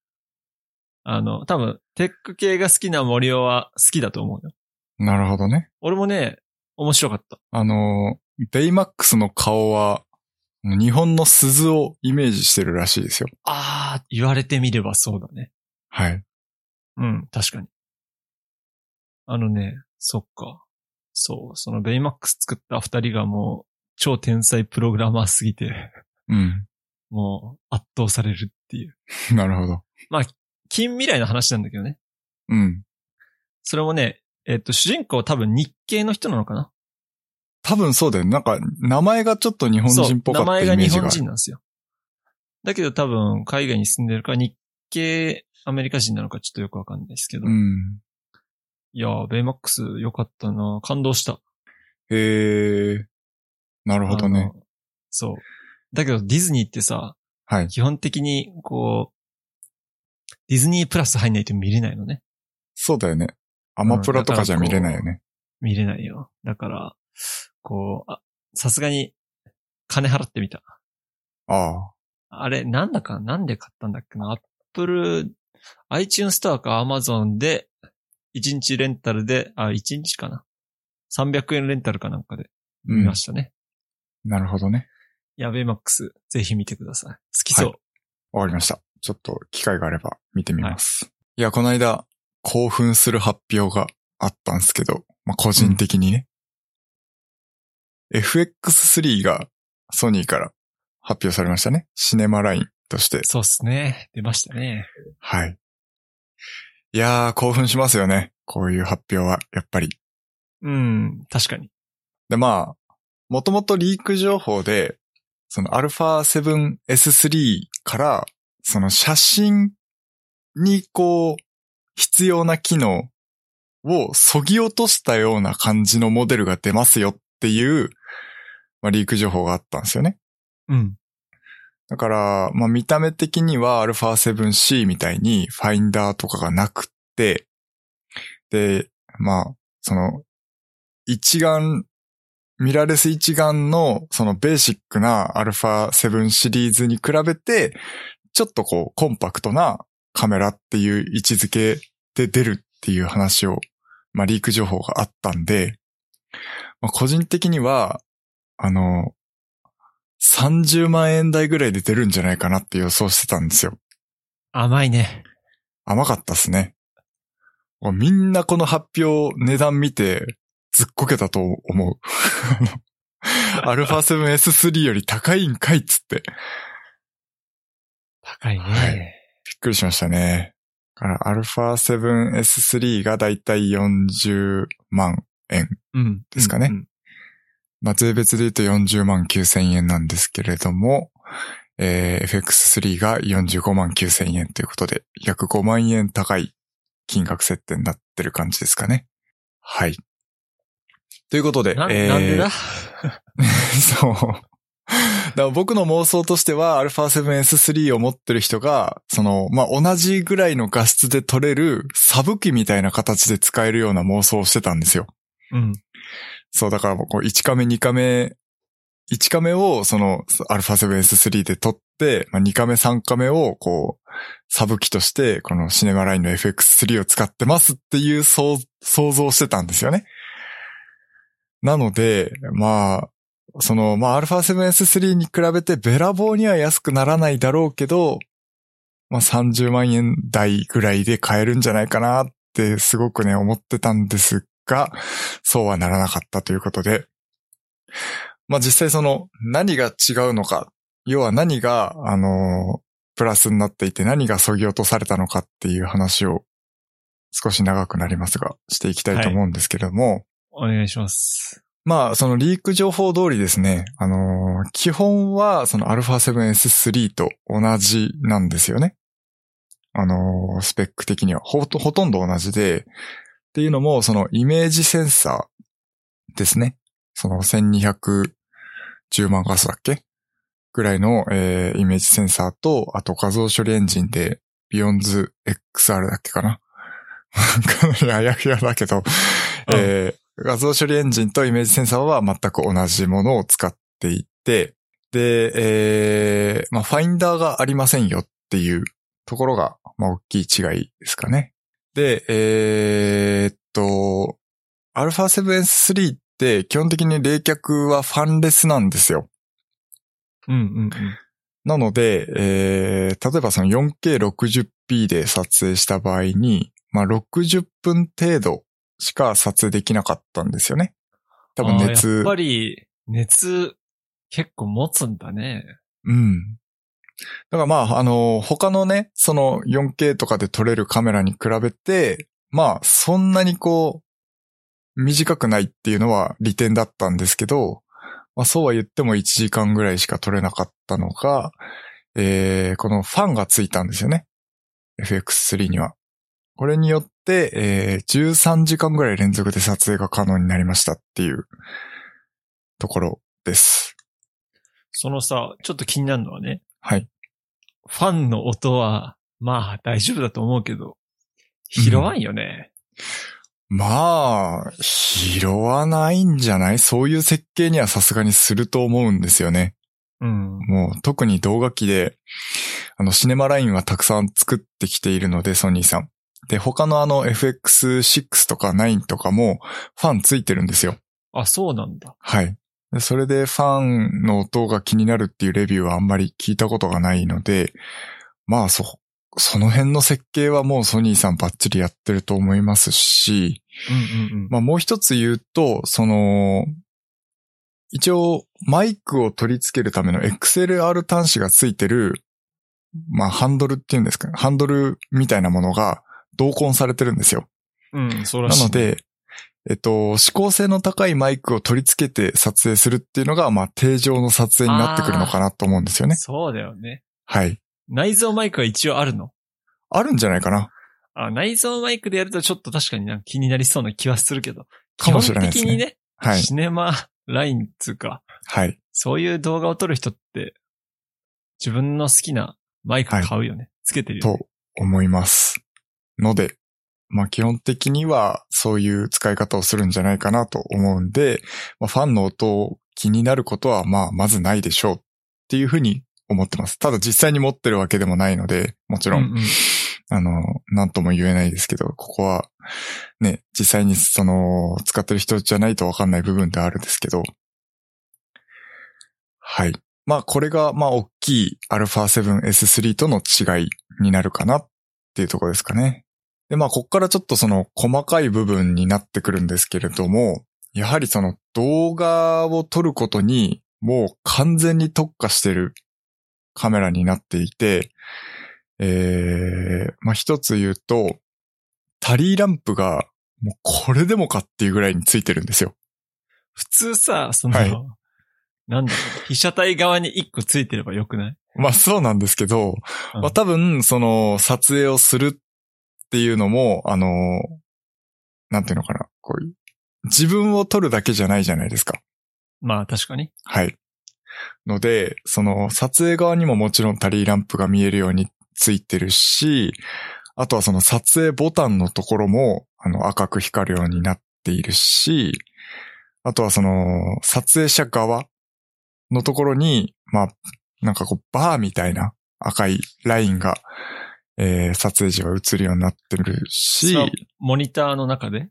あの、多分、テック系が好きな森尾は好きだと思うよ。
なるほどね。
俺もね、面白かった。
あのー、ベイマックスの顔は、日本の鈴をイメージしてるらしいですよ。
あー、言われてみればそうだね。
はい。
うん、確かに。あのね、そっか。そう、そのベイマックス作った二人がもう、超天才プログラマーすぎて、
うん。
もう圧倒されるっていう。
なるほど。
近未来の話なんだけどね。
うん。
それもね、えっ、と、主人公は多分日系の人なのかな
多分そうだよね。なんか、名前がちょっと日本人っぽか
そ
った
う、名前
イ
が
メー
日
ジが
本
ある。
人なんですよ。だけど多分海外に住んでるから日系アメリカ人なのかちょっとよくわかんないですけど。
うん。
いやー、ベイマックス良かったな感動した。
へえ、なるほどね
あ。の。そう。だけどディズニーってさ、
はい。
基本的に、こう、ディズニープラス入んないと見れないのね。
そうだよね。アマプラとかじゃ見れないよね。
見れないよ。だから、こう、あ、さすがに、金払ってみた。
あ
あれ、なんだか、なんで買ったんだっけな。Apple、iTunes ストアか Amazon で、1日レンタルで、あ、1日かな。300円レンタルかなんかで
うん
見ましたね。
あ、なるほどね。
やべえマックス、ぜひ見てください。好きそう。
わかりました。ちょっと機会があれば見てみます。い、や、この間、興奮する発表があったんですけど、まあ、個人的にね、FX3 がソニーから発表されましたね。シネマラインとして。
そうっすね。出ましたね。
はい。いやー、興奮しますよね。こういう発表は、やっぱり。
うん、確かに。
で、まあ、もともとリーク情報で、その α7S3 から、その写真にこう、必要な機能を削ぎ落としたような感じのモデルが出ますよっていう、まあ、リーク情報があったんですよね。
うん。
だから、まあ見た目的には α7C みたいにファインダーとかがなくって、で、まあ、その、一眼、ミラーレス一眼のそのベーシックな α7 シリーズに比べて、ちょっとこうコンパクトなカメラっていう位置づけで出るっていう話を、まあリーク情報があったんで、まあ個人的には、あの、30万円台ぐらいで出るんじゃないかなって予想してたんですよ。
甘いね。
甘かったっすね。みんなこの発表、値段見て、ずっこけたと思う。 あの α7S3 より高いんかいっつって。
高いね。
はいびっくりしましたね。だから α7S3 がだいたい40万。
うん。
ですかね
うん
まあ、税別で言うと40万9千円なんですけれども、えー FX3 が45万9千円ということで、約5万円高い金額設定になってる感じですかね。はい。ということで、
な
えー
なんでだ
そう。 から僕の妄想としては α7S3 を持ってる人が、その、まあ、同じぐらいの画質で撮れるサブ機みたいな形で使えるような妄想をしてたんですよ。
うん。
そう、だからこう1カメ、2カメ、1カメをその α7S3 で撮って、まあ、2カメ、3カメをこう、サブ機として、このシネマラインの FX3 を使ってますっていう想想像してたんですよね。なので、まあ、その、まあ、α7S3 に比べてべらぼうには安くならないだろうけど、まあ、30万円台ぐらいで買えるんじゃないかなってすごくね、思ってたんですが、そうはならなかったということで、まあ、実際その何が違うのか、要は何が、あの、プラスになっていて何が削ぎ落とされたのかっていう話を少し長くなりますが、していきたいと思うんですけれども、
お願いします。
まあ、そのリーク情報通りですね、あの、基本はその α7S3 と同じなんですよね。あの、スペック的にはほと、ほとんど同じで、っていうのも、そのイメージセンサーですね。その1210万画素だっけぐらいの、えーイメージセンサーと、あと画像処理エンジンで、ビヨンズ XR だっけかな かなりあやふやだけど、えー画像処理エンジンとイメージセンサーは全く同じものを使っていて、で、えーまあ、ファインダーがありませんよっていうところが、まあ、大きい違いですかね。で、えーっと、α7S3 って基本的に冷却はファンレスなんですよ。
うんうん
なので、えー例えばその 4K60p で撮影した場合に、まあ、60分程度しか撮影できなかったんですよね。多分
あーや
熱
っ、ぱり、熱、結構持つんだね。
うん。だからまあ、あの、他のね、その 4K とかで撮れるカメラに比べて、まあ、そんなにこう、短くないっていうのは利点だったんですけど、まあそうは言っても1時間ぐらいしか撮れなかったのが、えーこのファンがついたんですよね。FX3 には。これによって、えー13時間ぐらい連続で撮影が可能になりましたっていうところです。
そのさ、ちょっと気になるのはね、
はい。
ファンの音は、まあ大丈夫だと思うけど、拾わんよね。
まあ、拾わないんじゃないそういう設計にはさすがにすると思うんですよね。
うん。
もう特に動画機で、あの、シネマラインはたくさん作ってきているので、ソニーさん。で、他のあの FX6 とか9とかもファンついてるんですよ。
あ、そうなんだ。
はい。でそれでファンの音が気になるっていうレビューはあんまり聞いたことがないので、まあそ、その辺の設計はもうソニーさんバッチリやってると思いますし、
うんうんうん。
まあ、もう一つ言うと、その、一応、マイクを取り付けるための XLR 端子がついてる、まあ、ハンドルっていうんですかね。ハンドルみたいなものが同梱されてるんですよ。
うん、そうら
な
しい。
の、で、えっと、指向性の高いマイクを取り付けて撮影するっていうのが、まあ、定常の撮影になってくるのかなと思うんですよね。
そうだよね。
はい。
内蔵マイクは一応あるの。
あるんじゃないかな。
あ、内蔵マイクでやるとちょっと確かになんか気になりそうな気はするけど。
かもしれないですね
基本的にね、
はい。
シネマラインっつうか、
はい。
そういう動画を撮る人って、自分の好きなマイク買うよね。つけてるよね。
と思います。ので、まあ基本的にはそういう使い方をするんじゃないかなと思うんで、まあ、ファンの音を気になることはまあまずないでしょうっていうふうに思ってます。ただ実際に持ってるわけでもないので、もちろん、
うんうん
あの、なんとも言えないですけど、ここはね、実際にその使ってる人じゃないとわかんない部分ではあるんですけど、はい。まあこれが、まあ大きい α7S3 との違いになるかなっていうところですかね。で、まあここからちょっとその細かい部分になってくるんですけれども、やはりその動画を撮ることにもう完全に特化してるカメラになっていて、えー、まあ一つ言うと、タリーランプがもうこれでもかっていうぐらいについてるんですよ。
普通さ、その、
はい
なんだろう、被写体側に一個ついてればよくない
まあそうなんですけど、
うん
まあ多分その撮影をするっていうのも、あの、なんていうのかな、こういう、自分を撮るだけじゃないじゃないですか。
まあ確かに。
はい。ので、その撮影側にももちろんタリーランプが見えるようについてるし、あとはその撮影ボタンのところもあの赤く光るようになっているし、あとはその撮影者側のところに、まあ、なんかこうバーみたいな赤いラインが、えー撮影時は映るようになってるし、
そうモニターの中で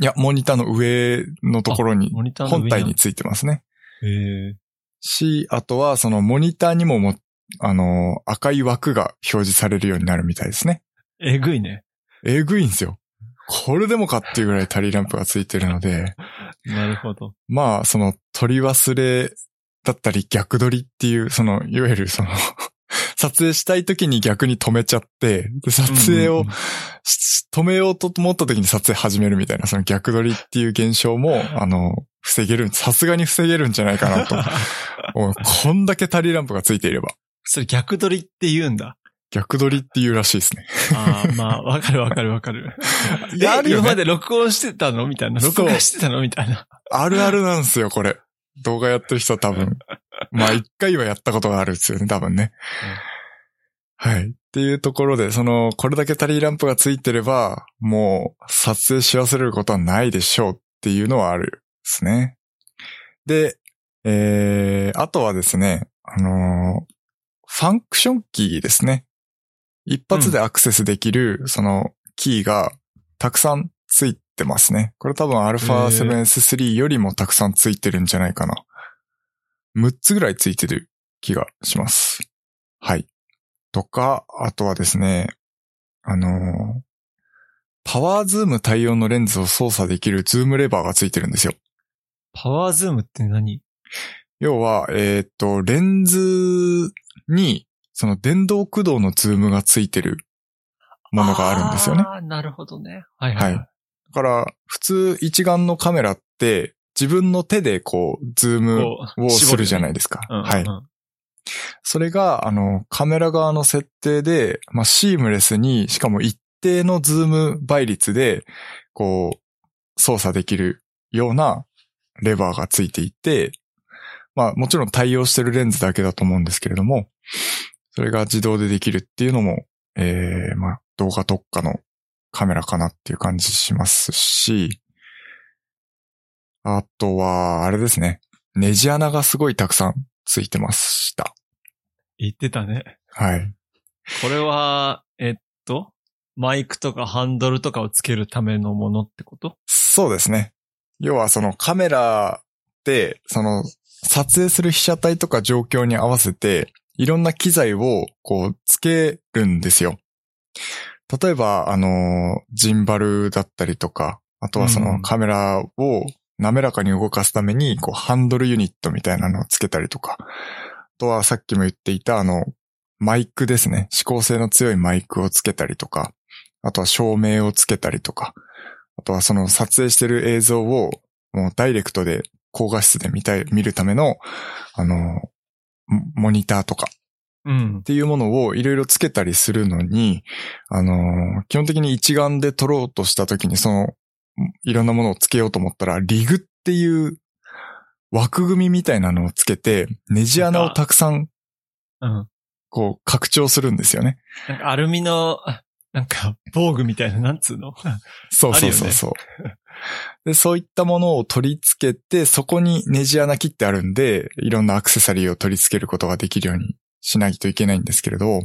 いや、モニターの上のところに、
モニターの
本
上
体についてますね。
へえ。
し、あとはそのモニターにもも、あの、赤い枠が表示されるようになるみたいですね。
えぐいね。
えぐいんですよ。これでもかっていうぐらいタリーランプがついてるので、
なるほど。
まあ、その取り忘れだったり逆取りっていう、その、いわゆるその、 撮影したい時に逆に止めちゃって、で撮影
うんう
を
んうん
し止めようと思った時に撮影始めるみたいな、その逆取りっていう現象も、あの、防げる、さすがに防げるんじゃないかな と。おいこんだけタリーランプがついていれば。
それ逆取りって言うんだ。
逆取りっていうらしいですね。
ああ、まあ、わかるわかるわかる。
やるよね
え今まで録音してたのみたいな。
そう
録画してたのみたいな。
あるあるなんですよ、これ。動画やってる人は多分。まあ、一回はやったことがあるんですよね、多分ね。はい。っていうところで、その、これだけタリーランプがついてれば、もう、撮影し忘れることはないでしょうっていうのはあるですね。で、えー、あとはですね、あのーファンクションキーですね。一発でアクセスできる、その、キーが、たくさんついてますね。これ多分 α7S3 よりもたくさんついてるんじゃないかな。6つぐらいついてる気がします。はい。とか、あとはですね、あのーパワーズーム対応のレンズを操作できるズームレバーがついてるんですよ。
パワーズームって何
要は、えーっと、レンズに、その電動駆動のズームがついてるものがあるんですよね。
ああ、なるほどね。はいはい。
はいだから、普通一眼のカメラって、自分の手でこう、ズーム
こ
をするじゃない
い。
ですか。
うんうんうん
はい。それが、あの、カメラ側の設定で、まあ、シームレスに、しかも一定のズーム倍率で、こう、操作できるようなレバーがついていて、まあ、もちろん対応してるレンズだけだと思うんですけれども、それが自動でできるっていうのも、えー、まあ、動画特化のカメラかなっていう感じしますし、あとは、あれですね。ネジ穴がすごいたくさんついてました。
言ってたね。
はい。
これは、えっと、マイクとかハンドルとかをつけるためのものってこと
そうですね。要はそのカメラって、その撮影する被写体とか状況に合わせて、いろんな機材をこうつけるんですよ。例えば、あの、ジンバルだったりとか、あとはそ
うん
のカメラを滑らかに動かすために、こうハンドルユニットみたいなのをつけたりとか、あとはさっきも言っていたあの、マイクですね。指向性の強いマイクをつけたりとか、あとは照明をつけたりとか、あとはその撮影してる映像をもうダイレクトで高画質で見たい、見るための、あの、モモニターとかっ
うん。
ていうものをいろいろつけたりするのに、あの、基本的に一眼で撮ろうとした時にその、いろんなものをつけようと思ったら、リグっていう枠組みみたいなのをつけて、ネジ穴をたくさん
うん。
こう拡張するんですよね。
なんかアルミの、あなんか防具みたいな、なんつうの
そうそうそうそう。で、そういったものを取り付けて、そこにネジ穴切ってあるんで、いろんなアクセサリーを取り付けることができるようにしないといけないんですけれど、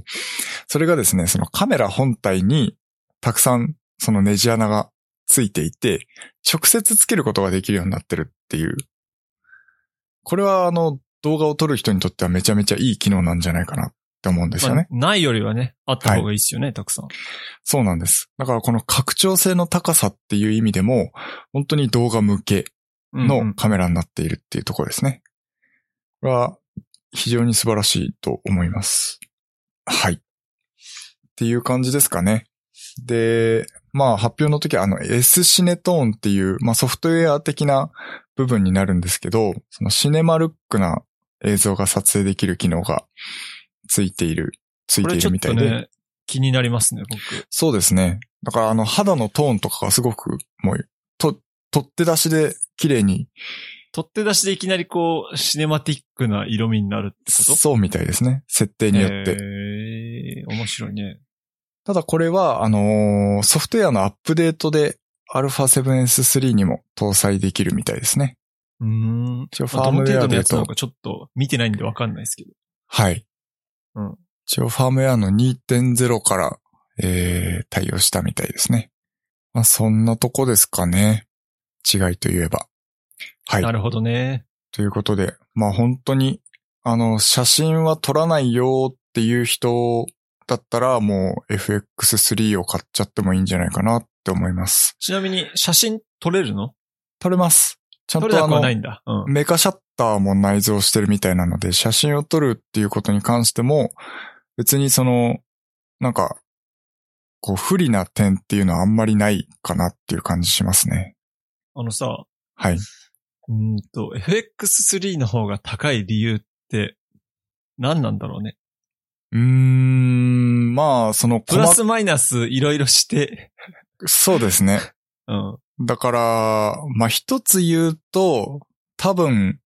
それがですね、そのカメラ本体にたくさんそのネジ穴がついていて、直接つけることができるようになってるっていう。これはあの動画を撮る人にとってはめちゃめちゃいい機能なんじゃないかなって思うんですよね。
まあないよりはね、あった方がいいっすよね、たくさん。
そうなんです。だからこの拡張性の高さっていう意味でも、本当に動画向け
うんうん
のカメラになっているっていうところですね。これは非常に素晴らしいと思います。はい。っていう感じですかね。で、まあ発表の時はあの S シネトーンっていう、まあソフトウェア的な部分になるんですけど、そのシネマルックな映像が撮影できる機能がついている、つい
こ
て
れ
い
ちょ
る
っ
みた
と
いで。
ね、気になりますね、僕。
そうですね。だからあの肌のトーンとかがすごくもうと、取って出しで綺麗に
取って出しでいきなりこう、シネマティックな色味になるってこと
そうみたいですね。設定によって。
へー面白いね。
ただこれは、あのーソフトウェアのアップデートで α7S3 にも搭載できるみたいですね。
うーん。
一応フ
まあ
ァー
ど
ム
の
ウェ
程
ア
度の
で言
や
う
つな
と
の、かちょっと見てないんでわかんないですけど。
はい。
うん。
一応ファームウェアの2.0から、えー、対応したみたいですね。まあそんなとこですかね。違いといえば。はい
な。るほどね。
ということで、まあ本当に、あの、写真は撮らないよっていう人だったら、もう FX3 を買っちゃってもいいんじゃないかなって思います。
ちなみに、写真撮れるの
撮れます。ちゃん
撮れな
とあ
くは
の
な、いんだ。うん。
メカシャッターも内蔵してるみたいなので、写真を撮るっていうことに関しても、別にその、なんか、こう不利な点っていうのはあんまりないかなっていう感じしますね。
あのさ、
はい。
うーんと、FX3 の方が高い理由って、何なんだろうね。
うーん、まあ、その、
プラス
細
マイナスいろいろして、
そうですね。
うん。
だから、まあ、一つ言うと、多分、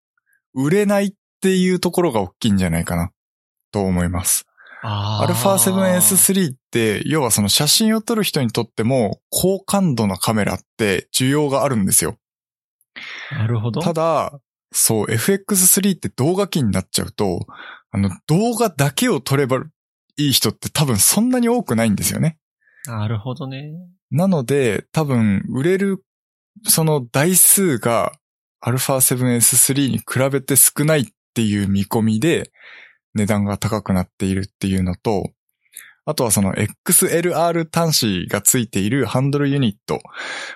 売れないっていうところが大きいんじゃないかな、と思います。
あー
α7S3 って、要はその写真を撮る人にとっても、高感度のカメラって需要があるんですよ。
なるほど。
ただ、そう、FX3 って動画機になっちゃうと、あの、動画だけを撮ればいい人って多分そんなに多くないんですよね。
なるほどね。
なので、多分、売れる、その台数が α7S3 に比べて少ないっていう見込みで、値段が高くなっているっていうのと、あとはその XLR 端子がついているハンドルユニット。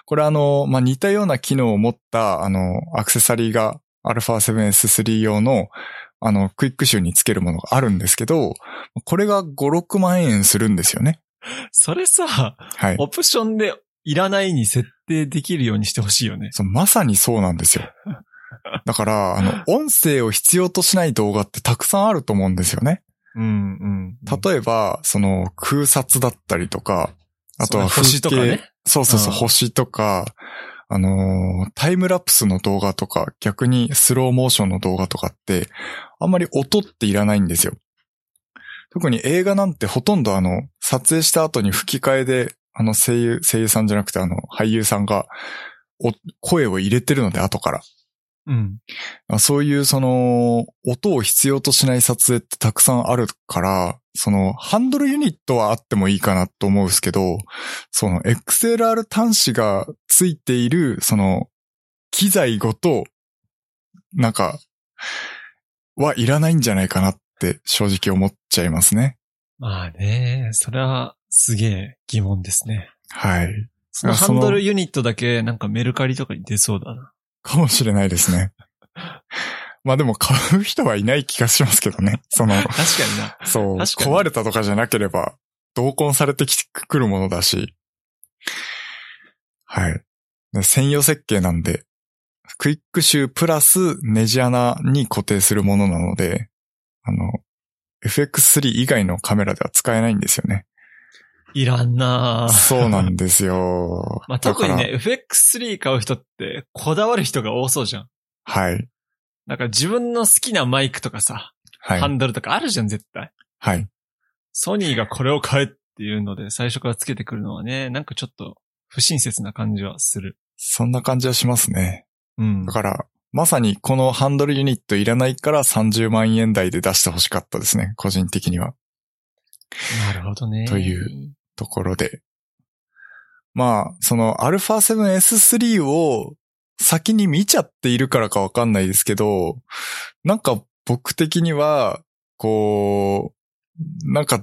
これあの、まあ、似たような機能を持った、あの、アクセサリーが α7S3 用の、あの、クイックシューにつけるものがあるんですけど、これが5、6万円するんですよね。
それさ、
はい。
オプションでいらないに設定できるようにしてほしいよね。
そう、まさにそうなん ですよ。だから、あの、音声を必要としない動画ってたくさんあると思うんですよね。
うんうん。
例えば、その、空撮だったりとか、あとは
そうね星とか
風景
ね。
そうそうそう、
うん
星とか、あのータイムラプスの動画とか、逆にスローモーションの動画とかって、あんまり音っていらないんですよ。特に映画なんてほとんどあの、撮影した後に吹き替えで、あの声優、声優さんじゃなくてあの、俳優さんが、お声を入れてるので、後から。
うん。
あそういうその、音を必要としない撮影ってたくさんあるから、その、ハンドルユニットはあってもいいかなと思うんですけど、その XLR 端子がついている、その、機材ごと、なんか、はいらないんじゃないかなって正直思っちゃいますね。
まあね、それはすげえ疑問ですね。
はい。
その
あ
ハ
その
ンドルユニットだけなんかメルカリとかに出そうだな。
かもしれないですね。まあでも買う人はいない気がしますけどね。その、
確かにな。
そう。
確かに
壊れたとかじゃなければ、同梱されてきくるものだし。はい。で専用設計なんで、クイックシュープラスネジ穴に固定するものなので、あの、FX3 以外のカメラでは使えないんですよね。
いらんなぁ
そうなんですよ
。まあ特に
だ
ね、FX3 買う人ってこだわる人が多そうじゃん。
から。はい。
なんか自分の好きなマイクとかさ、
は
ハ
い。
ンドルとかあるじゃん、絶対。
はい。
ソニーがこれを買えっていうので最初からつけてくるのはね、なんかちょっと不親切な感じはする。
そんな感じはしますね。
うん
だ。から、まさにこのハンドルユニットいらないから30万円台で出してほしかったですね。個人的には。
なるほどね。
という。ところで。まあ、その α7S3 を先に見ちゃっているからかわかんないですけど、なんか僕的には、こう、なんか、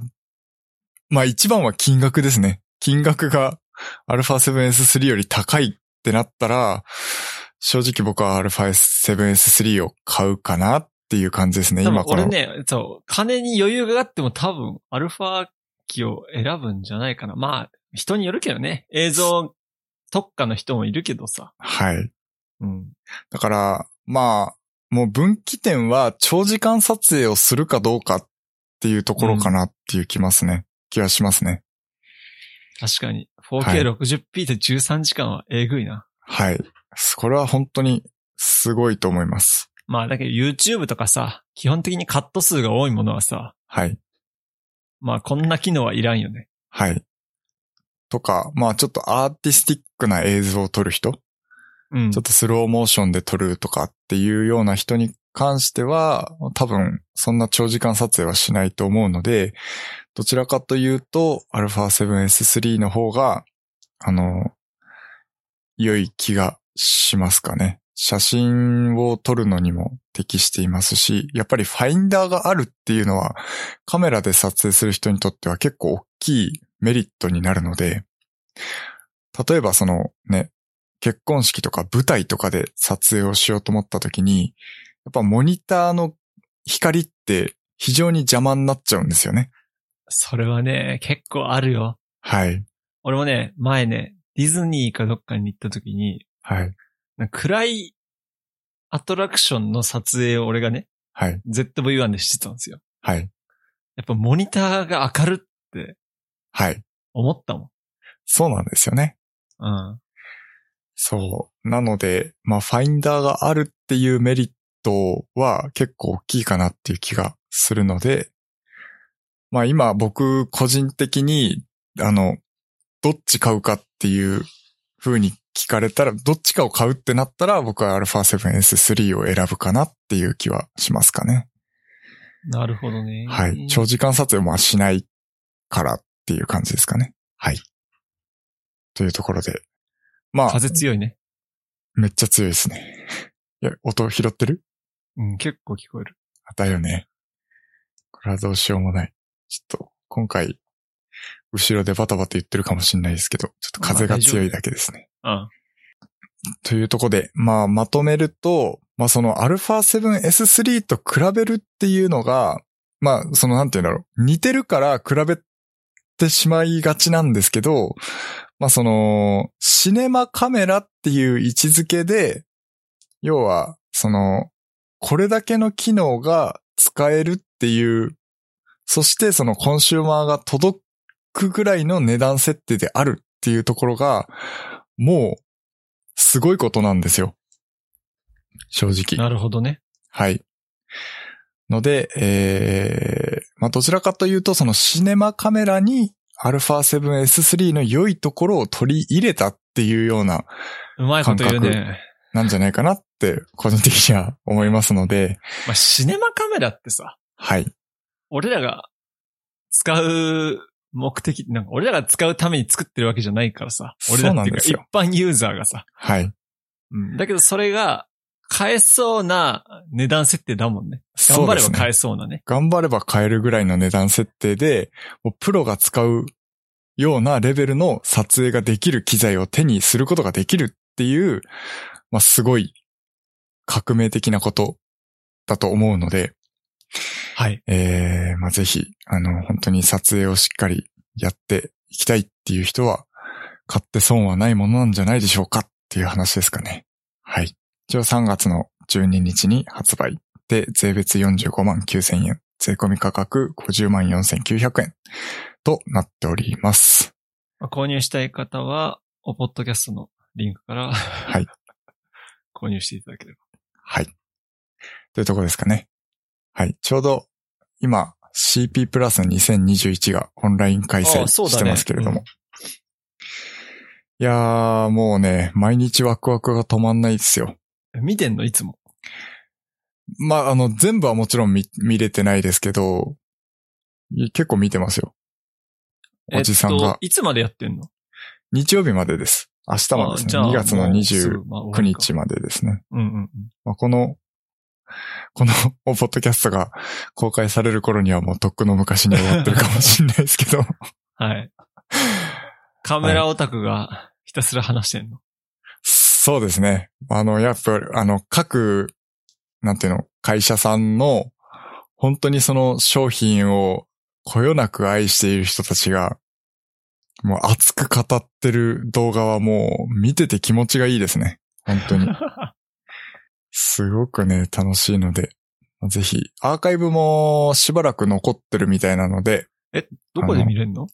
まあ一番は金額ですね。金額が α7S3 より高いってなったら、正直僕は α7S3 を買うかなっていう感じですね。
多分
今こ
俺
の。
ね、そう、金に余裕があっても多分アルファ機を選ぶんじゃないかな。まあ、人によるけどね。映像特化の人もいるけどさ。
はい。
うん。
だから、まあ、もう分岐点は長時間撮影をするかどうかっていうところかなっていう気ますね。気はしますね。
確かに。
はい
4K60p で13時間はえぐいな。
はい。これは本当にすごいと思います。
まあだけど YouTube とかさ、基本的にカット数が多いものはさ、
はい。
まあこんな機能はいらんよね。
はい。とか、まあちょっとアーティスティックな映像を撮る人、
うん。
ちょっとスローモーションで撮るとかっていうような人に関しては、多分そんな長時間撮影はしないと思うので、どちらかというと α7S3 の方が、あの、良い気がしますかね。写真を撮るのにも適していますし、やっぱりファインダーがあるっていうのはカメラで撮影する人にとっては結構大きいメリットになるので、例えばそのね、結婚式とか舞台とかで撮影をしようと思った時に、やっぱモニターの光って非常に邪魔になっちゃうんですよね。
それはね、結構あるよ。
はい。
俺もね、前ね、ディズニーかどっかに行った時に、
はい。
なんか暗いアトラクションの撮影を俺がね、
はい。
ZV-1 でしてたんですよ。
はい。
やっぱモニターが明るっ
はい。
思ったも
そうなんですよね。
ん。うん。
そう。なので、まあ、ファインダーがあるっていうメリットは結構大きいかなっていう気がするので、まあ、今僕個人的に、あの、どっち買うかっていう風に聞かれたら、どっちかを買うってなったら、僕は α7S3 を選ぶかなっていう気はしますかね。
なるほどね。
はい。長時間撮影もまあしないからっていう感じですかね。はい。というところで。まあ、
風強いね。
めっちゃ強いですね。いや、音拾ってる
うん、結構聞こえる。
だよね。これはどうしようもない。ちょっと、今回、後ろでバタバタ言ってるかもしれないですけど、ちょっと風が強いだけですね。
うん。
というとこで、まあ、まとめると、まあ、その α7S3 と比べるっていうのが、まあ、その、なんて言うんだろう。似てるから比べてしまいがちなんですけど、まあ、その、シネマカメラっていう位置づけで、要は、その、これだけの機能が使えるっていう、そしてそのコンシューマーが届くぐらいの値段設定であるっていうところが、もう、すごいことなんですよ。正直。
なるほどね。
はい。ので、えー、まあ、どちらかというと、そのシネマカメラに α7S3 の良いところを取り入れたっていうような、
うまいこと言う
感
ね。
なんじゃないかなって、個人的には思いますので、
まあ、シネマカメラってさ、
はい。
俺らが使う目的、なんか俺らが使うために作ってるわけじゃないからさ。俺らっていうか
そう
一般ユーザーがさ。
はい。
うん。だけどそれが、買えそうな値段設定だもんね。頑張れば
そうですね
買えそうなね。
頑張れば買えるぐらいの値段設定で、もうプロが使うようなレベルの撮影ができる機材を手にすることができるっていう、まあ、すごい革命的なことだと思うので、
はい。
えー、まあ、ぜひ、あの、本当に撮影をしっかりやっていきたいっていう人は、買って損はないものなんじゃないでしょうかっていう話ですかね。はい。一応3月の12日に発売で、税別45万9000円、税込み価格50万4900円となっております。。
まあ購入したい方は、おポッドキャストのリンクから、はい 購入していただければ。
はい。というところですかね。はい。ちょうど今 CP プラス2021がオンライン開
あ
催
あそうだね
してますけれども。
う
いやー、もうね、毎日ワクワクが止まんないですよ。
見てんのいつも。
まあ、あの、全部はもちろん見、見れてないですけど、い結構見てますよ。おじさん
えっ
が
と、いつまでやってんの
日曜日までです。明日までですね。2月の29
29
日。までですね。
うんうんうん。
まあ、この、このポッドキャストが公開される頃にはもうとっくの昔に終わってるかもしれないですけど、
はい。カメラオタクがひたすら話してんの。
そうですね。あの、やっぱり、あの、各、なんていうの、会社さんの、本当にその商品をこよなく愛している人たちが、もう熱く語ってる動画はもう見てて気持ちがいいですね。本当に。すごくね、楽しいので、ぜひ、アーカイブもしばらく残ってるみたいなので、
どこで見れんの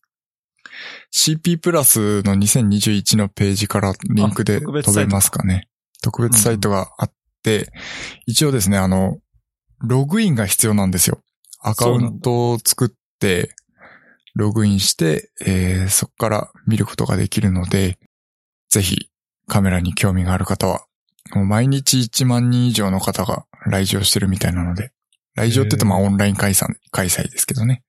CP プラスの2021のページからリンク
あ
で
特
飛
別サイト
べますかね。特別サイトがあっって、一応ですね、あの、ログインが必要なんですよ。アカウントを作って、ログインして、えーそこから見ることができるので、ぜひカメラに興味がある方は、もう毎日1万人以上の方が来場してるみたいなので、来場って言ってもまあオンライン開催開催ですけどね。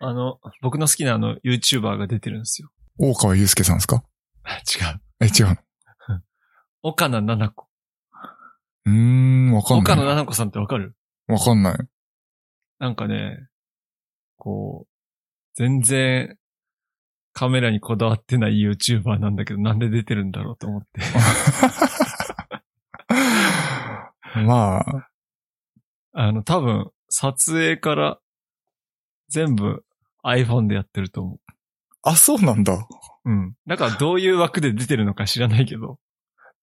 あの、僕の好きなあの、YouTuber が出てるんですよ。
大川祐介さんですか
違う。
え、違うの
岡野七子。
うーん、わかん
岡野
ない。
七子さんってわかる
わかんない。
なんかね、こう、全然、カメラにこだわってない YouTuber なんだけど、なんで出てるんだろうと 思って。
まあ、
あの、多分、撮影から、全部 iPhone でやってると思
あ、そうなんだ。
う。うん。だからどういう枠で出てるのか知らないけど。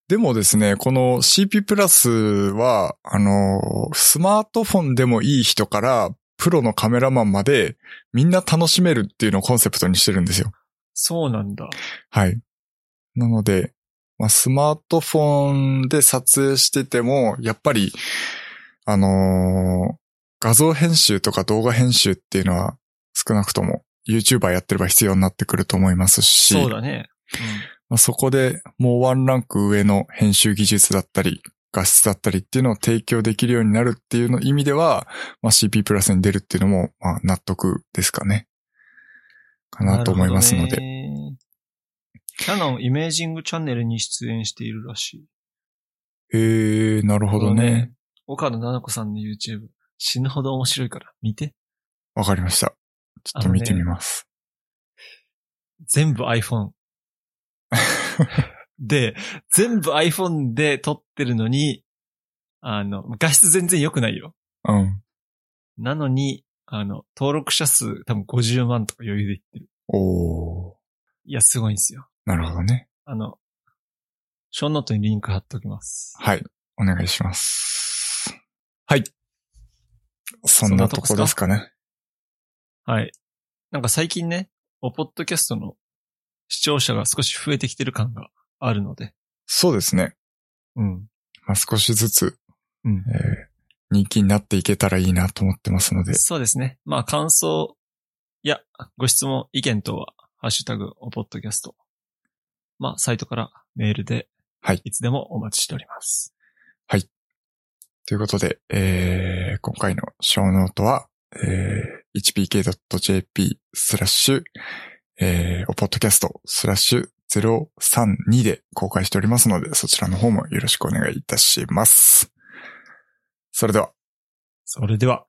でもですね、この CP プラスは、あの、スマートフォンでもいい人から、プロのカメラマンまで、みんな楽しめるっていうのをコンセプトにしてるんですよ。
そうなんだ。
はい。なので、まあ、スマートフォンで撮影してても、やっぱり、あのー画像編集とか動画編集っていうのは少なくとも YouTuber やってれば必要になってくると思いますし、
そうだね。
まあ、そこでもうワンランク上の編集技術だったり、画質だったりっていうのを提供できるようになるっていうの意味では、まあ、CP プラスに出るっていうのも、まあ、納得ですかね。か
うん。
なと思いますので。
で。キャノンイメージングチャンネルに出演しているらしい。
へえー、なるほど
この
ね。。
岡野七子さんの YouTube、死ぬほど面白いから、見て。
わかりました。ちょっと見てみます。
全部 iPhone。で、全部 iPhone で撮ってるのに、あの、画質全然良くないよ。
うん。
なのに、あの、登録者数多分50万とか余裕でいってる。
おー。
いや、すごいんですよ。
なるほどね。
あの、ショーノートにリンク貼っておきます。
はい。お願いします。はい。そんなとこですかね。
はい。なんか最近ね、おポッドキャストの視聴者が少し増えてきてる感があるので。
そうですね。
うん。
まあ、少しずつ、
うん
え。ー人気になっていけたらいいなと思ってますので、
そうですね。まあ感想、いや、ご質問、意見等は、ハッシュタグ、おポッドキャスト。まあ、サイトからメールで、
はい
いつでもお待ちしております。
ということで、えー今回の小ノートは、えー hpk.jp スラッシュ、えー、おポッドキャストスラッシュ032で公開しておりますので、そちらの方もよろしくお願いいたします。それでは。
それでは。